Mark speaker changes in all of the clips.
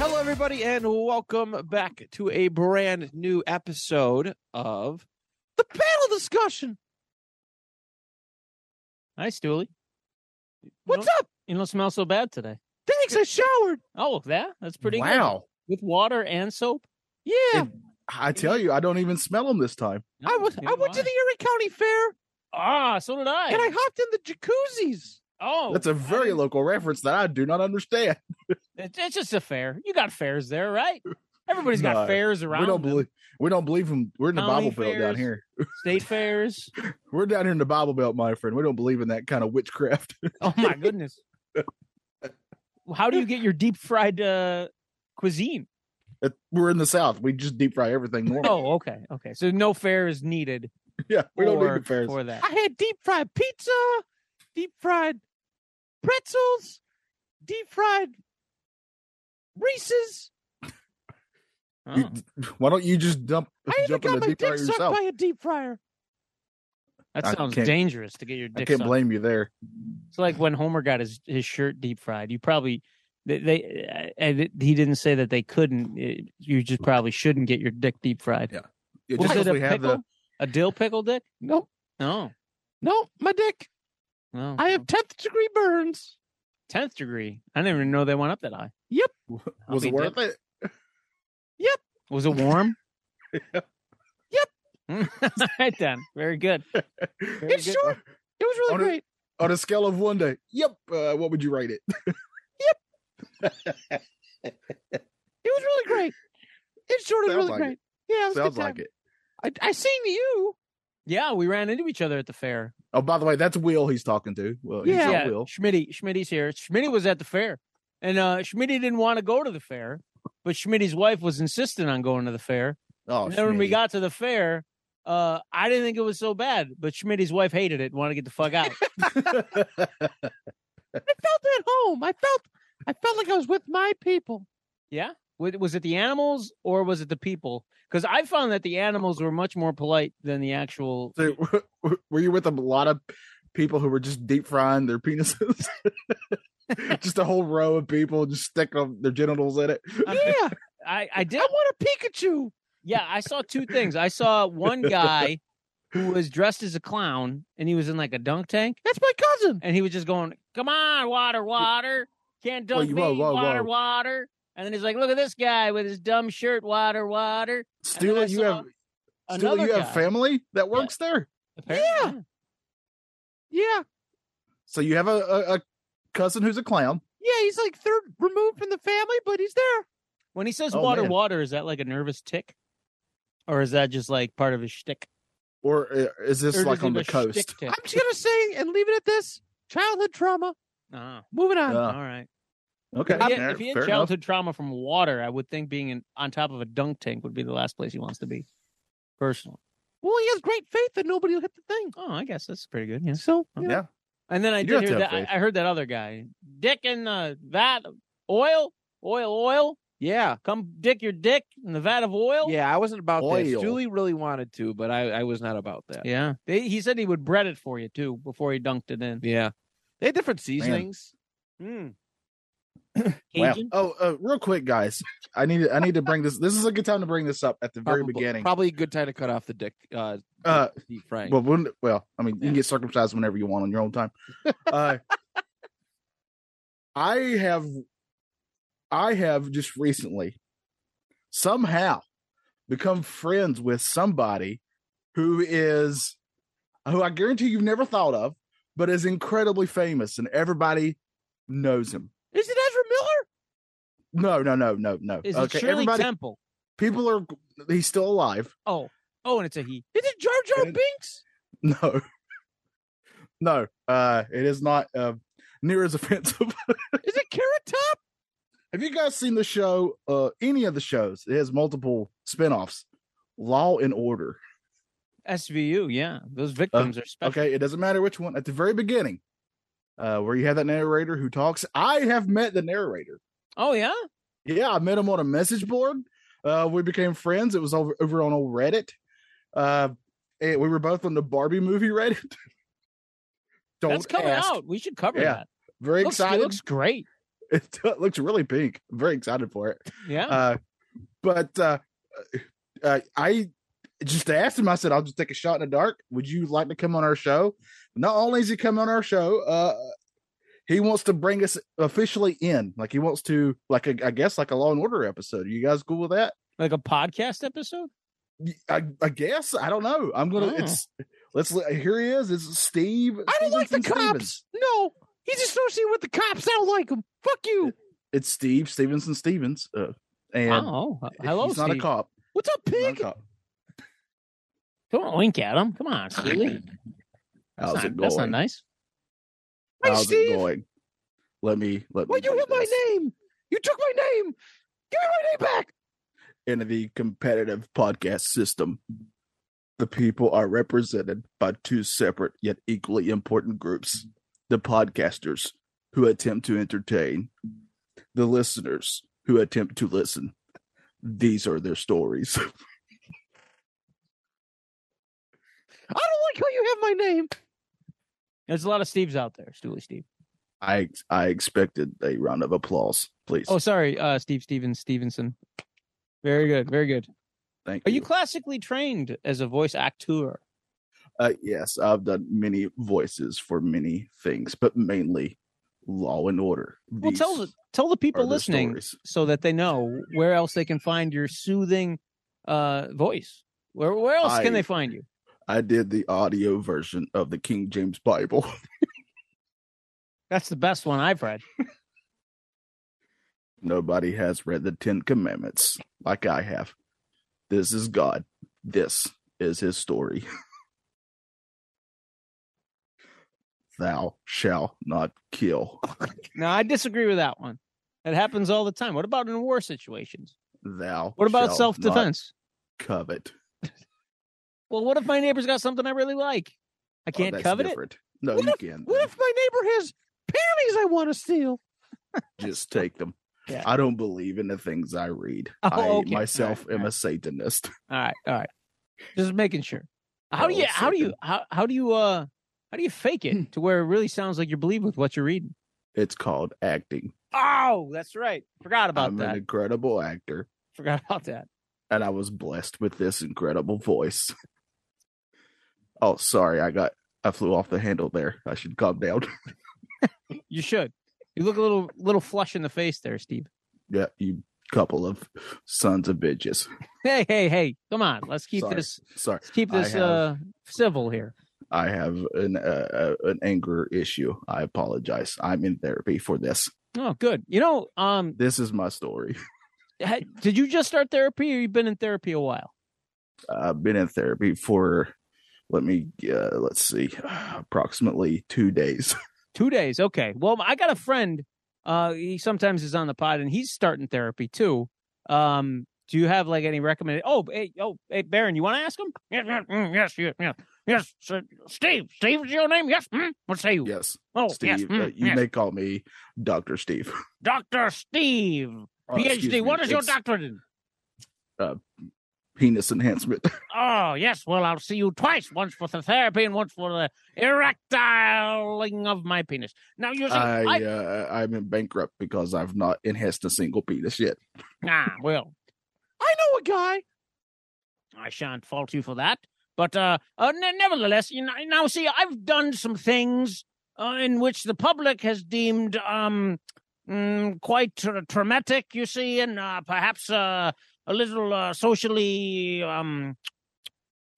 Speaker 1: Hello, everybody, and welcome back to a brand new episode of the panel discussion.
Speaker 2: Nice, Dooley.
Speaker 1: What's
Speaker 2: you
Speaker 1: up?
Speaker 2: don't, You don't smell so bad today.
Speaker 1: Thanks, I showered.
Speaker 2: Oh, that? That's pretty good.
Speaker 3: wow.
Speaker 2: With water and soap?
Speaker 1: Yeah,
Speaker 3: It- I tell you, I don't even smell them this time.
Speaker 2: No,
Speaker 1: I went.
Speaker 2: neither
Speaker 1: I went to
Speaker 2: do
Speaker 1: the Erie County Fair,
Speaker 2: Ah, so did I.
Speaker 1: and I hopped in the jacuzzis.
Speaker 2: oh,
Speaker 3: That's a very
Speaker 2: low.
Speaker 3: local reference that I do not understand.
Speaker 2: It's just a fair. You got fairs there, right? Everybody's
Speaker 3: No,
Speaker 2: got fairs around.
Speaker 3: we don't
Speaker 2: them.
Speaker 3: believe we don't believe in we're in the
Speaker 2: County
Speaker 3: Bible Belt down
Speaker 2: fairs.
Speaker 3: here.
Speaker 2: state fairs.
Speaker 3: We're down here in the Bible Belt, my friend. We don't believe in that kind of witchcraft.
Speaker 2: Oh my goodness. How do you get your deep fried uh, cuisine?
Speaker 3: It- we're in the South. We just deep fry everything normal.
Speaker 2: Oh, okay, okay. So no fair is needed.
Speaker 3: yeah, we don't
Speaker 2: for-
Speaker 3: need the fairs.
Speaker 2: for that.
Speaker 1: I had deep fried pizza, deep fried pretzels, deep fried Reese's.
Speaker 2: Oh,
Speaker 3: You- why don't you just dump
Speaker 1: I even
Speaker 3: jump in
Speaker 1: got
Speaker 3: the
Speaker 1: my
Speaker 3: deep
Speaker 1: dick
Speaker 3: fryer
Speaker 1: sucked
Speaker 3: yourself?
Speaker 1: by a deep fryer.
Speaker 3: I
Speaker 2: that sounds
Speaker 3: can't-
Speaker 2: dangerous to get your
Speaker 3: I
Speaker 2: dick.
Speaker 3: can't
Speaker 2: sucked.
Speaker 3: blame you there.
Speaker 2: It's like when Homer got his, his shirt deep fried. You probably they, they uh, and it- he didn't say that they couldn't. It- you just probably shouldn't get your dick deep fried.
Speaker 3: Yeah. Yeah,
Speaker 2: Was
Speaker 3: just
Speaker 2: it
Speaker 3: because
Speaker 2: a
Speaker 3: we have the
Speaker 2: pickle? A dill pickle dick?
Speaker 1: Nope,
Speaker 2: No,
Speaker 1: nope, my dick.
Speaker 2: no.
Speaker 1: I have tenth degree burns.
Speaker 2: tenth degree. I didn't even know they went up that high.
Speaker 1: Yep.
Speaker 2: I'll
Speaker 3: was
Speaker 2: be
Speaker 3: it worth
Speaker 2: dipped.
Speaker 3: it?
Speaker 2: Was it warm? yep. All right then. Very good. Very
Speaker 1: It's
Speaker 2: good.
Speaker 1: short. It was really
Speaker 3: On a-
Speaker 1: great.
Speaker 3: On a scale of one day, yep. Uh, what would you rate it?
Speaker 1: It was really great. It's short and
Speaker 3: Sounds
Speaker 1: really
Speaker 3: like
Speaker 1: great.
Speaker 3: it.
Speaker 1: Yeah, it was
Speaker 3: Sounds
Speaker 1: a good
Speaker 3: like
Speaker 1: time.
Speaker 3: it.
Speaker 1: I, I seen you.
Speaker 2: Yeah, we ran into each other at the fair.
Speaker 3: Oh, by the way, that's Will he's talking to. Well, he's
Speaker 1: Yeah.
Speaker 3: not
Speaker 2: yeah,
Speaker 3: Will.
Speaker 2: Schmitty, Schmitty's here. Schmitty was at the fair, and uh Schmitty didn't want to go to the fair, but Schmitty's wife was insisting on going to the fair.
Speaker 3: Oh,
Speaker 2: and then when we
Speaker 3: Schmitty.
Speaker 2: got to the fair, uh I didn't think it was so bad, but Schmitty's wife hated it, and wanted to get the fuck out.
Speaker 1: I felt at home. I felt. I felt like I was with my people.
Speaker 2: yeah, Wa- was it the animals or was it the people? Because I found that the animals were much more polite than the actual.
Speaker 3: So, were you with a lot of people who were just deep frying their penises? just a whole row of people just sticking up their genitals in it.
Speaker 2: I-
Speaker 1: Yeah,
Speaker 2: I I did
Speaker 1: I want a Pikachu.
Speaker 2: Yeah, I saw two things. I saw one guy who was dressed as a clown and he was in like a dunk tank
Speaker 1: That's my cousin.
Speaker 2: and he was just going, "Come on, water, water. Can't
Speaker 3: Whoa,
Speaker 2: dunk
Speaker 3: you- whoa,
Speaker 2: me,
Speaker 3: whoa,
Speaker 2: water,
Speaker 3: whoa.
Speaker 2: water." And then he's like, "Look at this guy with his dumb shirt, water, water." And then I
Speaker 3: Stula, you
Speaker 2: saw
Speaker 3: have Stula,
Speaker 2: Another
Speaker 3: you have
Speaker 2: guy,
Speaker 3: family that works there.
Speaker 2: apparently.
Speaker 1: Yeah,
Speaker 3: So you have a, a, a cousin who's a clown.
Speaker 1: yeah. He's like third removed from the family, but he's there.
Speaker 2: When he says
Speaker 3: Oh,
Speaker 2: "water,
Speaker 3: man.
Speaker 2: water," is that like a nervous tick, or is that just like part of his shtick?
Speaker 3: Or uh, is this
Speaker 2: Or does
Speaker 3: like
Speaker 2: he
Speaker 3: on the
Speaker 2: have a shtick
Speaker 3: coast?
Speaker 2: tick?
Speaker 1: I'm just gonna say and leave it at this. Childhood trauma.
Speaker 2: Ah,
Speaker 1: Moving on.
Speaker 3: Uh,
Speaker 2: all right.
Speaker 3: Okay.
Speaker 2: If he
Speaker 3: fair-
Speaker 2: had, if he had
Speaker 3: fair enough.
Speaker 2: childhood trauma from water, I would think being in, on top of a dunk tank would be the last place he wants to be. Personally.
Speaker 1: well, he has great faith that nobody will hit the thing.
Speaker 2: Oh, I guess that's pretty good. Yeah.
Speaker 1: So yeah.
Speaker 3: Yeah.
Speaker 2: And then I
Speaker 3: You do
Speaker 2: did
Speaker 3: have to
Speaker 2: hear
Speaker 3: have
Speaker 2: that. I,
Speaker 3: faith.
Speaker 2: I heard that other guy, dick in the vat of oil, oil, oil.
Speaker 1: yeah.
Speaker 2: Come dick your dick in the vat of oil.
Speaker 1: Yeah, I wasn't about this.
Speaker 3: Oil.
Speaker 1: Julie really wanted to, but I, I was not about that.
Speaker 2: Yeah. They, he said he would bread it for you too before he dunked it in.
Speaker 1: Yeah. They had different seasonings. Hmm.
Speaker 2: Mm.
Speaker 3: Wow.
Speaker 2: Cajun?
Speaker 3: Oh, uh, real quick, guys. I need to, I need to bring this. This is a good time to bring this up at the very
Speaker 1: Probably-
Speaker 3: beginning.
Speaker 1: Probably a good time to cut off the dick uh,
Speaker 3: Uh,
Speaker 1: deep frying.
Speaker 3: Well, wouldn't, well, I mean, you can get circumcised whenever you want on your own time. Uh, I have, I have just recently, somehow, become friends with somebody who is, who I guarantee you've never thought of, but is incredibly famous, and everybody knows him.
Speaker 1: Is it Ezra Miller?
Speaker 3: No, no, no, no, no.
Speaker 2: Is it
Speaker 3: okay,
Speaker 2: Shirley
Speaker 3: everybody,
Speaker 2: Temple?
Speaker 3: people are. He's still alive.
Speaker 2: Oh, Oh, and it's a he. Is it Jar Jar
Speaker 3: And-
Speaker 2: Binks?
Speaker 3: No, no, uh, it is not uh, near as offensive.
Speaker 2: Is it Carrot Top?
Speaker 3: Have you guys seen the show? Uh, any of the shows? It has multiple spinoffs. Law and Order.
Speaker 2: SVU, yeah. Those victims are special.
Speaker 3: Uh, Okay, it doesn't matter which one. At the very beginning, uh, where you have that narrator who talks. I have met the narrator.
Speaker 2: Oh yeah?
Speaker 3: Yeah, I met him on a message board. Uh, we became friends. It was over over on old Reddit. Uh, and we were both on the Barbie movie Reddit. Don't
Speaker 2: That's coming
Speaker 3: ask.
Speaker 2: out. We should cover
Speaker 3: Yeah.
Speaker 2: that.
Speaker 3: Very
Speaker 2: looks,
Speaker 3: excited.
Speaker 2: It looks great.
Speaker 3: it looks really pink. I'm very excited for it.
Speaker 2: Yeah.
Speaker 3: Uh, but uh, uh, I just asked him. I said, "I'll just take a shot in the dark. Would you like to come on our show?" Not only is he coming on our show, uh, he wants to bring us officially in. Like he wants to, like a, I guess, like a Law and Order episode. Are you guys cool with that?
Speaker 2: like a podcast episode?
Speaker 3: I, I guess I don't know. I'm gonna.
Speaker 2: Oh.
Speaker 3: It's let's let- here he is. It's Steve.
Speaker 2: I don't like the
Speaker 3: Stevenson Stevens.
Speaker 2: cops. No. He's associated with the cops. I don't like him. Fuck you.
Speaker 3: It's Steve Stevenson Stevens. Uh, and
Speaker 2: Wow. H- Oh, uh, Hello,
Speaker 3: he's
Speaker 2: Steve.
Speaker 3: not a cop.
Speaker 2: What's up,
Speaker 3: Not a
Speaker 2: pig?
Speaker 3: cop.
Speaker 2: Don't wink at him. Come on, Steve. That's,
Speaker 3: How's
Speaker 2: not,
Speaker 3: it going?
Speaker 2: that's not nice. Hey,
Speaker 3: How's
Speaker 2: Steve.
Speaker 3: it going? Let me let me.
Speaker 2: Why'd you
Speaker 3: do
Speaker 2: hit my
Speaker 3: this.
Speaker 2: name? You took my name. Give me my name back.
Speaker 3: In the competitive podcast system, the people are represented by two separate yet equally important groups: the podcasters who attempt to entertain, the listeners who attempt to listen. These are their stories.
Speaker 2: I don't like how you have my name. There's a lot of Steves out there, Stooley Steve.
Speaker 3: I I expected a round of applause, please.
Speaker 2: Oh, sorry, uh, Steve Stevens Stevenson. Very good, very good.
Speaker 3: Thank
Speaker 2: Are you classically trained as a voice actor?
Speaker 3: Uh, yes, I've done many voices for many things, but mainly Law and Order.
Speaker 2: Well, tell the
Speaker 3: These
Speaker 2: tell the people
Speaker 3: are their
Speaker 2: listening
Speaker 3: stories.
Speaker 2: so that they know where else they can find your soothing uh, voice. Where where else can
Speaker 3: I-
Speaker 2: they find you?
Speaker 3: I did the audio version of the King James Bible.
Speaker 2: That's the best one I've read.
Speaker 3: Nobody has read the Ten Commandments like I have. This is God. This is his story. Thou shalt not kill.
Speaker 2: Now I disagree with that one. It happens all the time. What about in war situations?
Speaker 3: Thou.
Speaker 2: What about
Speaker 3: shalt not
Speaker 2: self defense?
Speaker 3: Covet.
Speaker 2: Well, what if my neighbor's got something I really like? I
Speaker 3: Oh,
Speaker 2: can't
Speaker 3: that's
Speaker 2: covet
Speaker 3: different. No,
Speaker 2: What
Speaker 3: you can.
Speaker 2: it. What if my neighbor has panties I want to steal?
Speaker 3: Just take them.
Speaker 2: Yeah.
Speaker 3: I don't believe in the things I read.
Speaker 2: Oh,
Speaker 3: I
Speaker 2: okay.
Speaker 3: myself
Speaker 2: Alright,
Speaker 3: am a
Speaker 2: alright.
Speaker 3: Satanist.
Speaker 2: All right, all right. Just making sure. How do
Speaker 3: Oh,
Speaker 2: you? How do you?
Speaker 3: second.
Speaker 2: How, how do you? Uh, how do you fake
Speaker 3: Hmm.
Speaker 2: it to where it really sounds like you believe with what you're reading?
Speaker 3: It's called acting.
Speaker 2: Oh, that's right. Forgot about
Speaker 3: I'm
Speaker 2: that.
Speaker 3: an incredible actor.
Speaker 2: Forgot about that.
Speaker 3: and I was blessed with this incredible voice. oh, sorry, I got I flew off the handle there. I should calm down.
Speaker 2: You should. You look a little little flush in the face there, Steve.
Speaker 3: yeah, you couple of sons of bitches.
Speaker 2: Hey, hey, hey! Come on, let's keep
Speaker 3: Sorry.
Speaker 2: this
Speaker 3: Sorry,
Speaker 2: let's keep
Speaker 3: I
Speaker 2: this
Speaker 3: have-
Speaker 2: uh civil here.
Speaker 3: I have an uh, uh, an anger issue. I apologize. I'm in therapy for this.
Speaker 2: Oh, good. You know, um,
Speaker 3: This is my story.
Speaker 2: ha- did you just start therapy, or you've been in therapy a while?
Speaker 3: I've been in therapy for let me uh, let's see, approximately two days.
Speaker 2: Two days. Okay. Well, I got a friend. Uh, he sometimes is on the pod, and he's starting therapy too. Um, do you have like any recommended? Oh, hey, oh, hey, Baron, you want to ask him? Yes, yes, mm, yes, yes, yes, yes. sir. Steve, Steve is your name? Yes. Mm? What's Steve?
Speaker 3: yes,
Speaker 2: Oh, yes.
Speaker 3: Steve,
Speaker 2: mm,
Speaker 3: uh, you
Speaker 2: yes.
Speaker 3: may call me Doctor Steve.
Speaker 2: Doctor Steve,
Speaker 3: Oh, excuse me,
Speaker 2: PhD. What is your
Speaker 3: it's
Speaker 2: doctorate in?
Speaker 3: Penis enhancement.
Speaker 2: Oh, yes. Well, I'll see you twice. Once for the therapy, and once for the erectiling of my penis. Now you see,
Speaker 3: I,
Speaker 2: I
Speaker 3: uh, I'm in bankrupt because I've not enhanced a single penis yet.
Speaker 2: Ah, well, I know a guy. I shan't fault you for that, but uh, uh ne- nevertheless, you know, now see, I've done some things uh, in which the public has deemed um mm, quite tra- traumatic, you see, and uh, perhaps uh, a little uh, socially um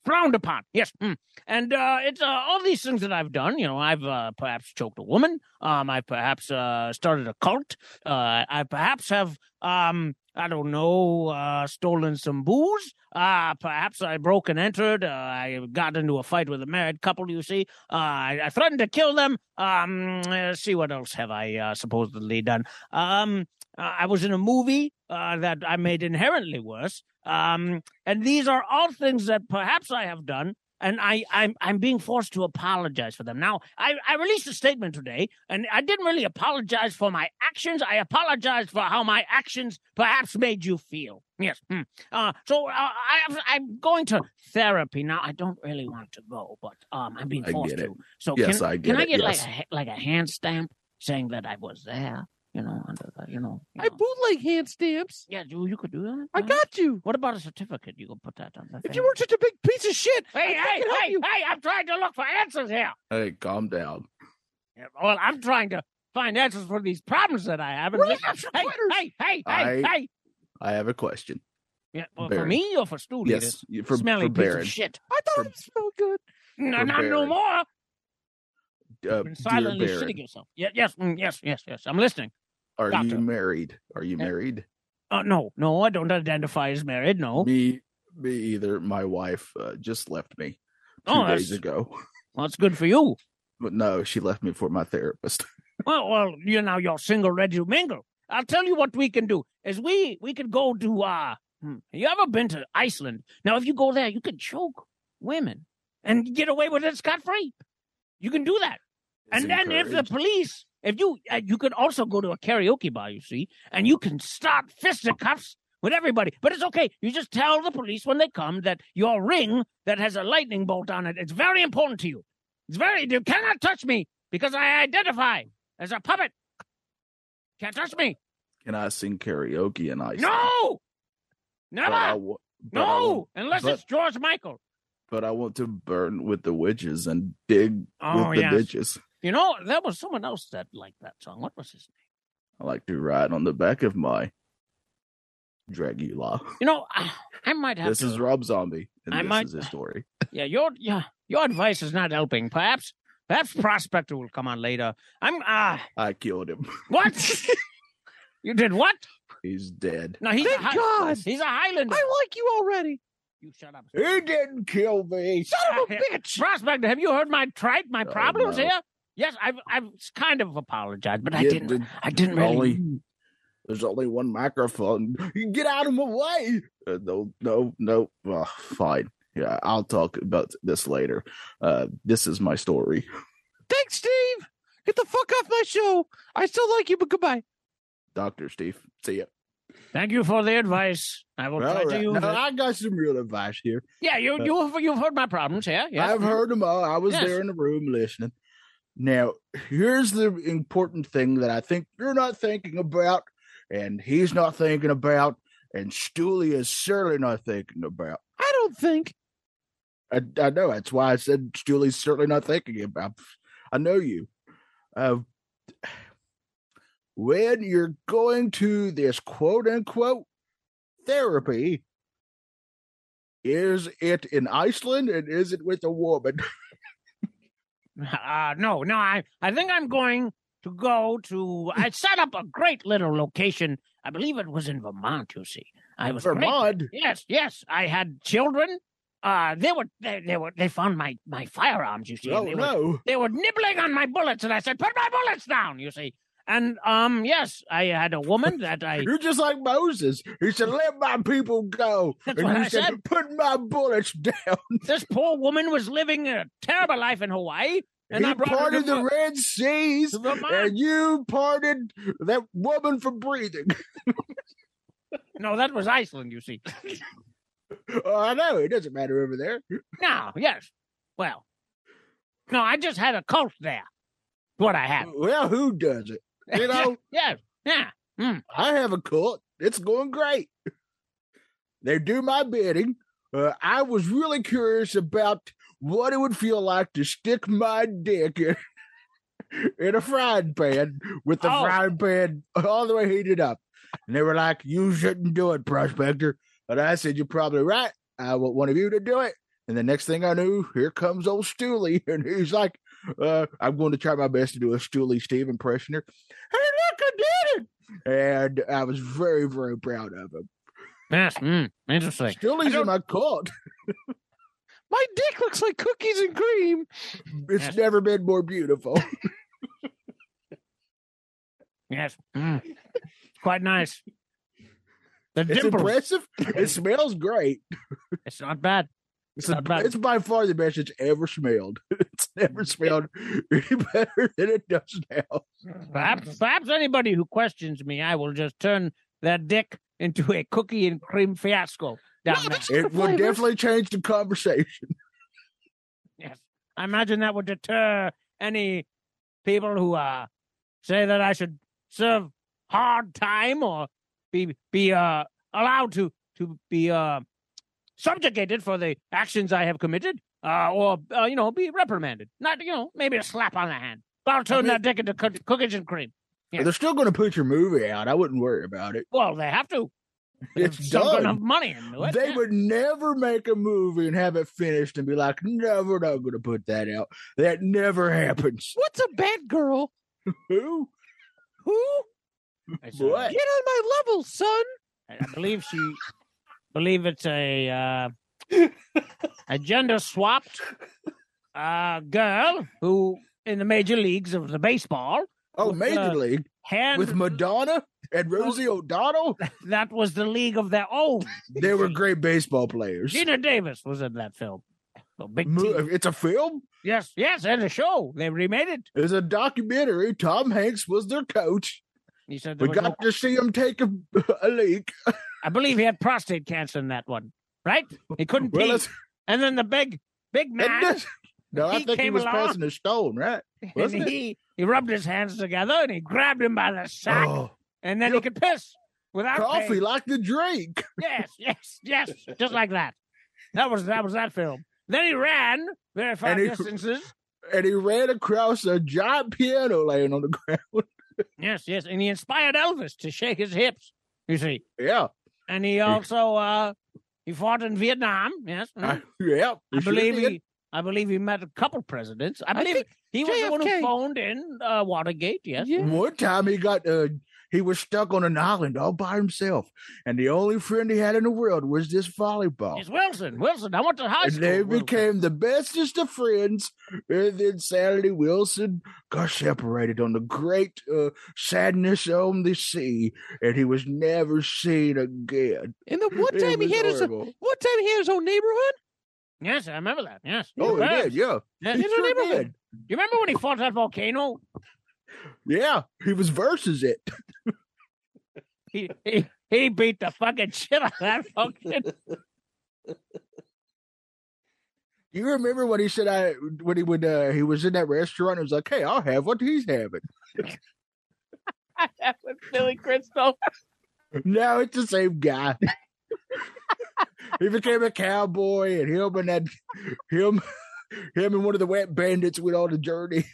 Speaker 2: frowned upon. Yes, mm. and uh, it's uh, all these things that I've done. You know, I've uh, perhaps choked a woman. Um, I perhaps uh, started a cult. Uh, I perhaps have um I don't know, uh, stolen some booze. Uh, perhaps I broke and entered. Uh, I got into a fight with a married couple, you see. Uh, I, I threatened to kill them. Um, uh, see, what else have I uh, supposedly done? Um, uh, I was in a movie uh, that I made inherently worse. Um, and these are all things that perhaps I have done. And I, I'm I'm being forced to apologize for them. Now, I, I released a statement today, and I didn't really apologize for my actions. I apologized for how my actions perhaps made you feel. Yes. hmm. Uh, so uh, I, I'm going to therapy now. I don't really want to go, but um, I'm being
Speaker 3: I
Speaker 2: forced
Speaker 3: get it.
Speaker 2: to. So
Speaker 3: Yes,
Speaker 2: Oh, can,
Speaker 3: I get
Speaker 2: can I
Speaker 3: it,
Speaker 2: get
Speaker 3: yes.
Speaker 2: like a, ha- like a hand stamp saying that I was there? You know, under the, you know. you
Speaker 1: I
Speaker 2: know.
Speaker 1: bootleg hand stamps.
Speaker 2: Yeah, you, you could do that.
Speaker 1: I
Speaker 2: huh?
Speaker 1: got you.
Speaker 2: What about a certificate? You could put that on the.
Speaker 1: If
Speaker 2: thing.
Speaker 1: you weren't such a big piece of shit,
Speaker 2: Hey,
Speaker 1: I
Speaker 2: hey,
Speaker 1: can help
Speaker 2: hey,
Speaker 1: you.
Speaker 2: hey! I'm trying to look for answers here.
Speaker 3: Hey, calm down.
Speaker 2: Yeah, Well, I'm trying to find answers for these problems that I have. and
Speaker 1: Really?
Speaker 2: this- hey, hey, hey, hey,
Speaker 3: I-
Speaker 2: hey!
Speaker 3: I have a question.
Speaker 2: Yeah, well, for
Speaker 3: Barry.
Speaker 2: me or for Stu leaders?
Speaker 3: Yes, you- for,
Speaker 2: Smelly
Speaker 3: for
Speaker 2: piece
Speaker 3: Baron.
Speaker 2: of shit.
Speaker 1: I thought
Speaker 3: For-
Speaker 1: it smelled good.
Speaker 2: No,
Speaker 3: For
Speaker 2: not no
Speaker 3: Barry.
Speaker 2: more.
Speaker 3: Uh,
Speaker 2: Been
Speaker 3: dear
Speaker 2: silently shitting
Speaker 3: Baron,
Speaker 2: yourself. Yeah, yes, mm, yes, yes, yes. I'm listening.
Speaker 3: are
Speaker 2: Doctor.
Speaker 3: you married? Are you
Speaker 2: Yeah.
Speaker 3: married?
Speaker 2: Uh, no, no, I don't identify as married. No.
Speaker 3: Me, me either. My wife uh, just left me two
Speaker 2: Oh,
Speaker 3: days
Speaker 2: that's,
Speaker 3: ago.
Speaker 2: well, that's good for you.
Speaker 3: But no, she left me for my therapist.
Speaker 2: Well, well, you know, you're single, ready to mingle. I'll tell you what we can do is we we could go to uh. hmm, You ever been to Iceland? Now, if you go there, you can choke women and get away with it scot free. You can do that.
Speaker 3: It's
Speaker 2: and then if the
Speaker 3: encouraged.
Speaker 2: police, if you uh, you could also go to a karaoke bar, you see, and you can start fisticuffs with everybody. But it's okay. You just tell the police when they come that your ring that has a lightning bolt on it. It's very important to you. It's very. You cannot touch me because I identify as a puppet. Can't touch me.
Speaker 3: can I sing karaoke in Iceland?
Speaker 2: No,
Speaker 3: But I,
Speaker 2: never.
Speaker 3: wa- but I wa-
Speaker 2: No, unless
Speaker 3: but-
Speaker 2: it's George Michael.
Speaker 3: but I want to burn with the witches and dig
Speaker 2: Oh
Speaker 3: with the
Speaker 2: yes.
Speaker 3: ditches.
Speaker 2: You know there was someone else that liked that song. What was his
Speaker 3: I like to ride on the back of my Dragula.
Speaker 2: name? You know, I, I might have.
Speaker 3: This
Speaker 2: to,
Speaker 3: is Rob Zombie, and
Speaker 2: I
Speaker 3: this
Speaker 2: might-
Speaker 3: is his story.
Speaker 2: Yeah, your yeah, your advice is not helping. Perhaps perhaps prospector will come on later. I'm uh
Speaker 3: I killed him.
Speaker 2: what? you did what?
Speaker 3: He's dead.
Speaker 2: No, he's
Speaker 1: Thank
Speaker 2: a hi-
Speaker 1: God.
Speaker 2: he's a Highlander.
Speaker 1: I like you already.
Speaker 2: You shut up.
Speaker 3: He didn't kill me.
Speaker 1: Son of a
Speaker 2: Yeah.
Speaker 1: bitch.
Speaker 2: Prospector, have you heard my tripe, my
Speaker 3: Oh,
Speaker 2: problems
Speaker 3: no.
Speaker 2: here? Yes, I've I've kind of apologized, but I
Speaker 3: Yeah,
Speaker 2: didn't
Speaker 3: the-
Speaker 2: I didn't really
Speaker 3: Only- There's only one microphone. Get out of my way. Uh, no, no, no. Well, fine. Yeah, I'll talk about this later. Uh, this is my story.
Speaker 1: Thanks, Steve. Get the fuck off my show. I still like you, but goodbye.
Speaker 3: Doctor Steve, see ya.
Speaker 2: Thank you for the advice. I will try
Speaker 3: All
Speaker 2: to
Speaker 3: right.
Speaker 2: use
Speaker 3: Now,
Speaker 2: it.
Speaker 3: uh, I got some real advice here.
Speaker 2: Yeah, you you have you've heard my problems here. Yes.
Speaker 3: I've heard them all. I was
Speaker 2: Yes.
Speaker 3: there in the room listening. Now, here's the important thing that I think you're not thinking about, and he's not thinking about, and Stooley is certainly not thinking about.
Speaker 1: I don't think.
Speaker 3: I, I know that's why I said Stooley's certainly not thinking about. I know you. Uh, when you're going to this quote unquote therapy, is it in Iceland and is it with a woman?
Speaker 2: Uh, no, no, I, I think I'm going to go to. I set up a great little location. I believe it was in Vermont. You see, I was great-
Speaker 3: Vermont.
Speaker 2: Yes, yes, I had children. Uh, they were they, they were they found my my firearms. You see, and
Speaker 3: Oh
Speaker 2: they, were,
Speaker 3: no!
Speaker 2: they were nibbling on my bullets, and I said, "Put my bullets down." You see, and um, yes, I had a woman that I.
Speaker 3: You're just like Moses. He said, "Let my people go,"
Speaker 2: That's
Speaker 3: and
Speaker 2: what
Speaker 3: you
Speaker 2: I
Speaker 3: said,
Speaker 2: said.
Speaker 3: "Put my bullets down."
Speaker 2: this poor woman was living a terrible life in Hawaii, and
Speaker 3: he
Speaker 2: I brought her to
Speaker 3: parted the
Speaker 2: Ver-
Speaker 3: Red Seas,
Speaker 2: to Vermont.
Speaker 3: and you parted that woman from breathing.
Speaker 2: No, that was Iceland. You see.
Speaker 3: Oh, I know it doesn't matter over there.
Speaker 2: No, yes. Well, no, I just had a cult there. What I had.
Speaker 3: Well, who does it? You know,
Speaker 2: yes. Yeah.
Speaker 3: I have a cult. It's going great. They do my bidding. Uh, I was really curious about what it would feel like to stick my dick in, in a frying pan with the
Speaker 2: Oh.
Speaker 3: frying pan all the way heated up. And they were like, You shouldn't do it, prospector. And I said, You're probably right. I want one of you to do it. And the next thing I knew, here comes old Stooley. And he's like, uh, I'm going to try my best to do a Stooley Steve impression here. Hey, look, I did it. and I was very, very proud of him.
Speaker 2: Yes, mm, interesting.
Speaker 3: Still, he's
Speaker 1: don't-
Speaker 3: not caught.
Speaker 1: My dick looks like cookies and cream.
Speaker 3: It's
Speaker 2: Yes.
Speaker 3: never been more beautiful.
Speaker 2: Yes, mm. quite nice. The
Speaker 3: It's
Speaker 2: dimple.
Speaker 3: impressive. It smells great.
Speaker 2: It's not bad.
Speaker 3: It's,
Speaker 2: Not
Speaker 3: a-
Speaker 2: bad.
Speaker 3: it's by far the best it's ever smelled. It's never smelled any better than it does now.
Speaker 2: Perhaps, perhaps anybody who questions me, I will just turn their dick into a cookie and cream fiasco down
Speaker 1: No,
Speaker 2: there.
Speaker 1: that's
Speaker 3: It
Speaker 1: not
Speaker 3: will
Speaker 1: flavors.
Speaker 3: definitely change the conversation.
Speaker 2: Yes, I imagine that would deter any people who uh say that I should serve hard time or be be uh allowed to to be uh subjugated for the actions I have committed, uh, or uh, you know be reprimanded. Not you know maybe a slap on the hand. But I'll turn
Speaker 3: mean-
Speaker 2: that dick into cook- cookies and cream. Yeah.
Speaker 3: They're still going to put your movie out. I wouldn't worry about it.
Speaker 2: Well, they have to.
Speaker 3: It's
Speaker 2: Some kind of
Speaker 3: done.
Speaker 2: money into it.
Speaker 3: They
Speaker 2: yeah.
Speaker 3: would never make a movie and have it finished and be like, no, we're not going to put that out. That never happens.
Speaker 1: What's a bad girl?
Speaker 3: Who?
Speaker 1: Who?
Speaker 2: It's, uh,
Speaker 3: What?
Speaker 1: Get on my level, son.
Speaker 2: I I believe she, believe it's a uh, a gender swapped uh, girl who in the major leagues of the baseball
Speaker 3: Oh,
Speaker 2: With,
Speaker 3: Major
Speaker 2: uh,
Speaker 3: League
Speaker 2: and
Speaker 3: with Madonna and Rosie O'Donnell.
Speaker 2: that was the league of their own.
Speaker 3: They were great baseball players.
Speaker 2: Gina Davis was in that film. A big
Speaker 3: Mo- uh,
Speaker 2: team.
Speaker 3: It's a film.
Speaker 2: Yes, yes, and a show. They remade it.
Speaker 3: It's a documentary. Tom Hanks was their coach.
Speaker 2: He said there
Speaker 3: We
Speaker 2: was no-
Speaker 3: got to see him take a, a leak.
Speaker 2: I believe he had prostate cancer in that one, right? He couldn't
Speaker 3: Well,
Speaker 2: pee.
Speaker 3: that's,
Speaker 2: And then the big, big
Speaker 3: that
Speaker 2: man.
Speaker 3: does- no, I
Speaker 2: He
Speaker 3: think he
Speaker 2: came
Speaker 3: was
Speaker 2: along.
Speaker 3: passing a stone, right?
Speaker 2: and
Speaker 3: Wasn't it?
Speaker 2: he, he rubbed his hands together and he grabbed him by the sack,
Speaker 3: Oh,
Speaker 2: and then he
Speaker 3: you-
Speaker 2: could piss without
Speaker 3: coffee
Speaker 2: pain.
Speaker 3: like the drink.
Speaker 2: Yes, yes, yes, just like that. That was that was that film. Then he ran very far
Speaker 3: And he-
Speaker 2: distances.
Speaker 3: And he ran across a giant piano laying on the ground.
Speaker 2: Yes, yes, and he inspired Elvis to shake his hips. You see,
Speaker 3: Yeah.
Speaker 2: and he also uh he fought in Vietnam. Yes,
Speaker 3: I, yeah.
Speaker 2: Mm. I believe he. I believe he met a couple presidents. I
Speaker 1: I
Speaker 2: believe
Speaker 1: think
Speaker 2: he was the one who
Speaker 1: JFK
Speaker 2: phoned in uh, Watergate. Yes,
Speaker 1: Yeah.
Speaker 3: One time he got uh he was stuck on an island all by himself, and the only friend he had in the world was this volleyball.
Speaker 2: it's Wilson. Wilson. I went to high
Speaker 3: and
Speaker 2: school.
Speaker 3: they
Speaker 2: with Wilson.
Speaker 3: became the bestest of friends. And then Saturday Wilson got separated on the great uh, sadness on the sea, and he was never seen again.
Speaker 1: And then one
Speaker 3: It
Speaker 1: time he
Speaker 3: was
Speaker 1: had his
Speaker 3: horrible.
Speaker 1: one time he had his own neighborhood.
Speaker 2: Yes, I remember that. Yes.
Speaker 3: Oh, he
Speaker 2: Yes.
Speaker 3: did, yeah.
Speaker 2: Yes.
Speaker 3: He
Speaker 2: You
Speaker 3: sure
Speaker 2: remember
Speaker 3: did.
Speaker 2: You remember when he fought that volcano?
Speaker 3: Yeah, he was versus it.
Speaker 2: He he, he beat the fucking shit out of that volcano.
Speaker 3: You remember when he said I when he would uh, he was in that restaurant and was like, "Hey, I'll have what he's having."
Speaker 2: That was Billy Crystal.
Speaker 3: No, it's the same guy. he became a cowboy, and him and that him him and one of the wet bandits went on a journey.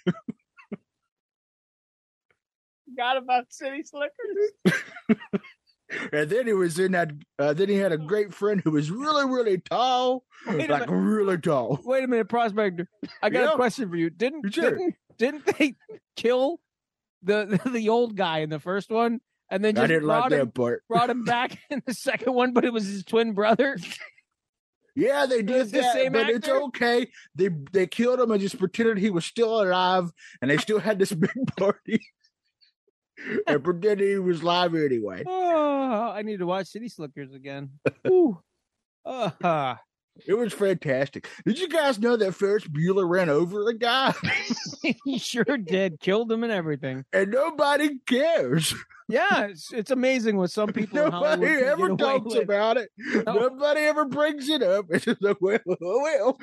Speaker 2: Forgot about City Slickers.
Speaker 3: And then he was in that. Uh, then he had a great friend who was really, really tall,
Speaker 1: Wait a
Speaker 3: like really tall.
Speaker 1: Wait a minute, Prosbagner. I got
Speaker 3: Yeah.
Speaker 1: a question for you. Didn't
Speaker 3: Sure.
Speaker 1: didn't didn't they kill the, the the old guy in the first one and then just
Speaker 3: I didn't like
Speaker 1: brought him
Speaker 3: that part.
Speaker 1: brought him back in the second one, but it was his twin brother?
Speaker 3: Yeah, they did
Speaker 1: It's the
Speaker 3: that,
Speaker 1: same
Speaker 3: but it's
Speaker 1: actor?
Speaker 3: okay. They they killed him and just pretended he was still alive, and they still had this big party, and pretended he was live anyway.
Speaker 1: Oh, I need to watch City Slickers again. Ooh. Uh,
Speaker 3: It was fantastic. Did you guys know that Ferris Bueller ran over a guy,
Speaker 1: he sure did. Killed him and everything.
Speaker 3: and nobody cares.
Speaker 1: Yeah, it's, it's amazing what some people in Hollywood
Speaker 3: Nobody
Speaker 1: can get
Speaker 3: ever
Speaker 1: away
Speaker 3: talks
Speaker 1: with.
Speaker 3: about it. Nobody ever brings it up. It's just like, well, well.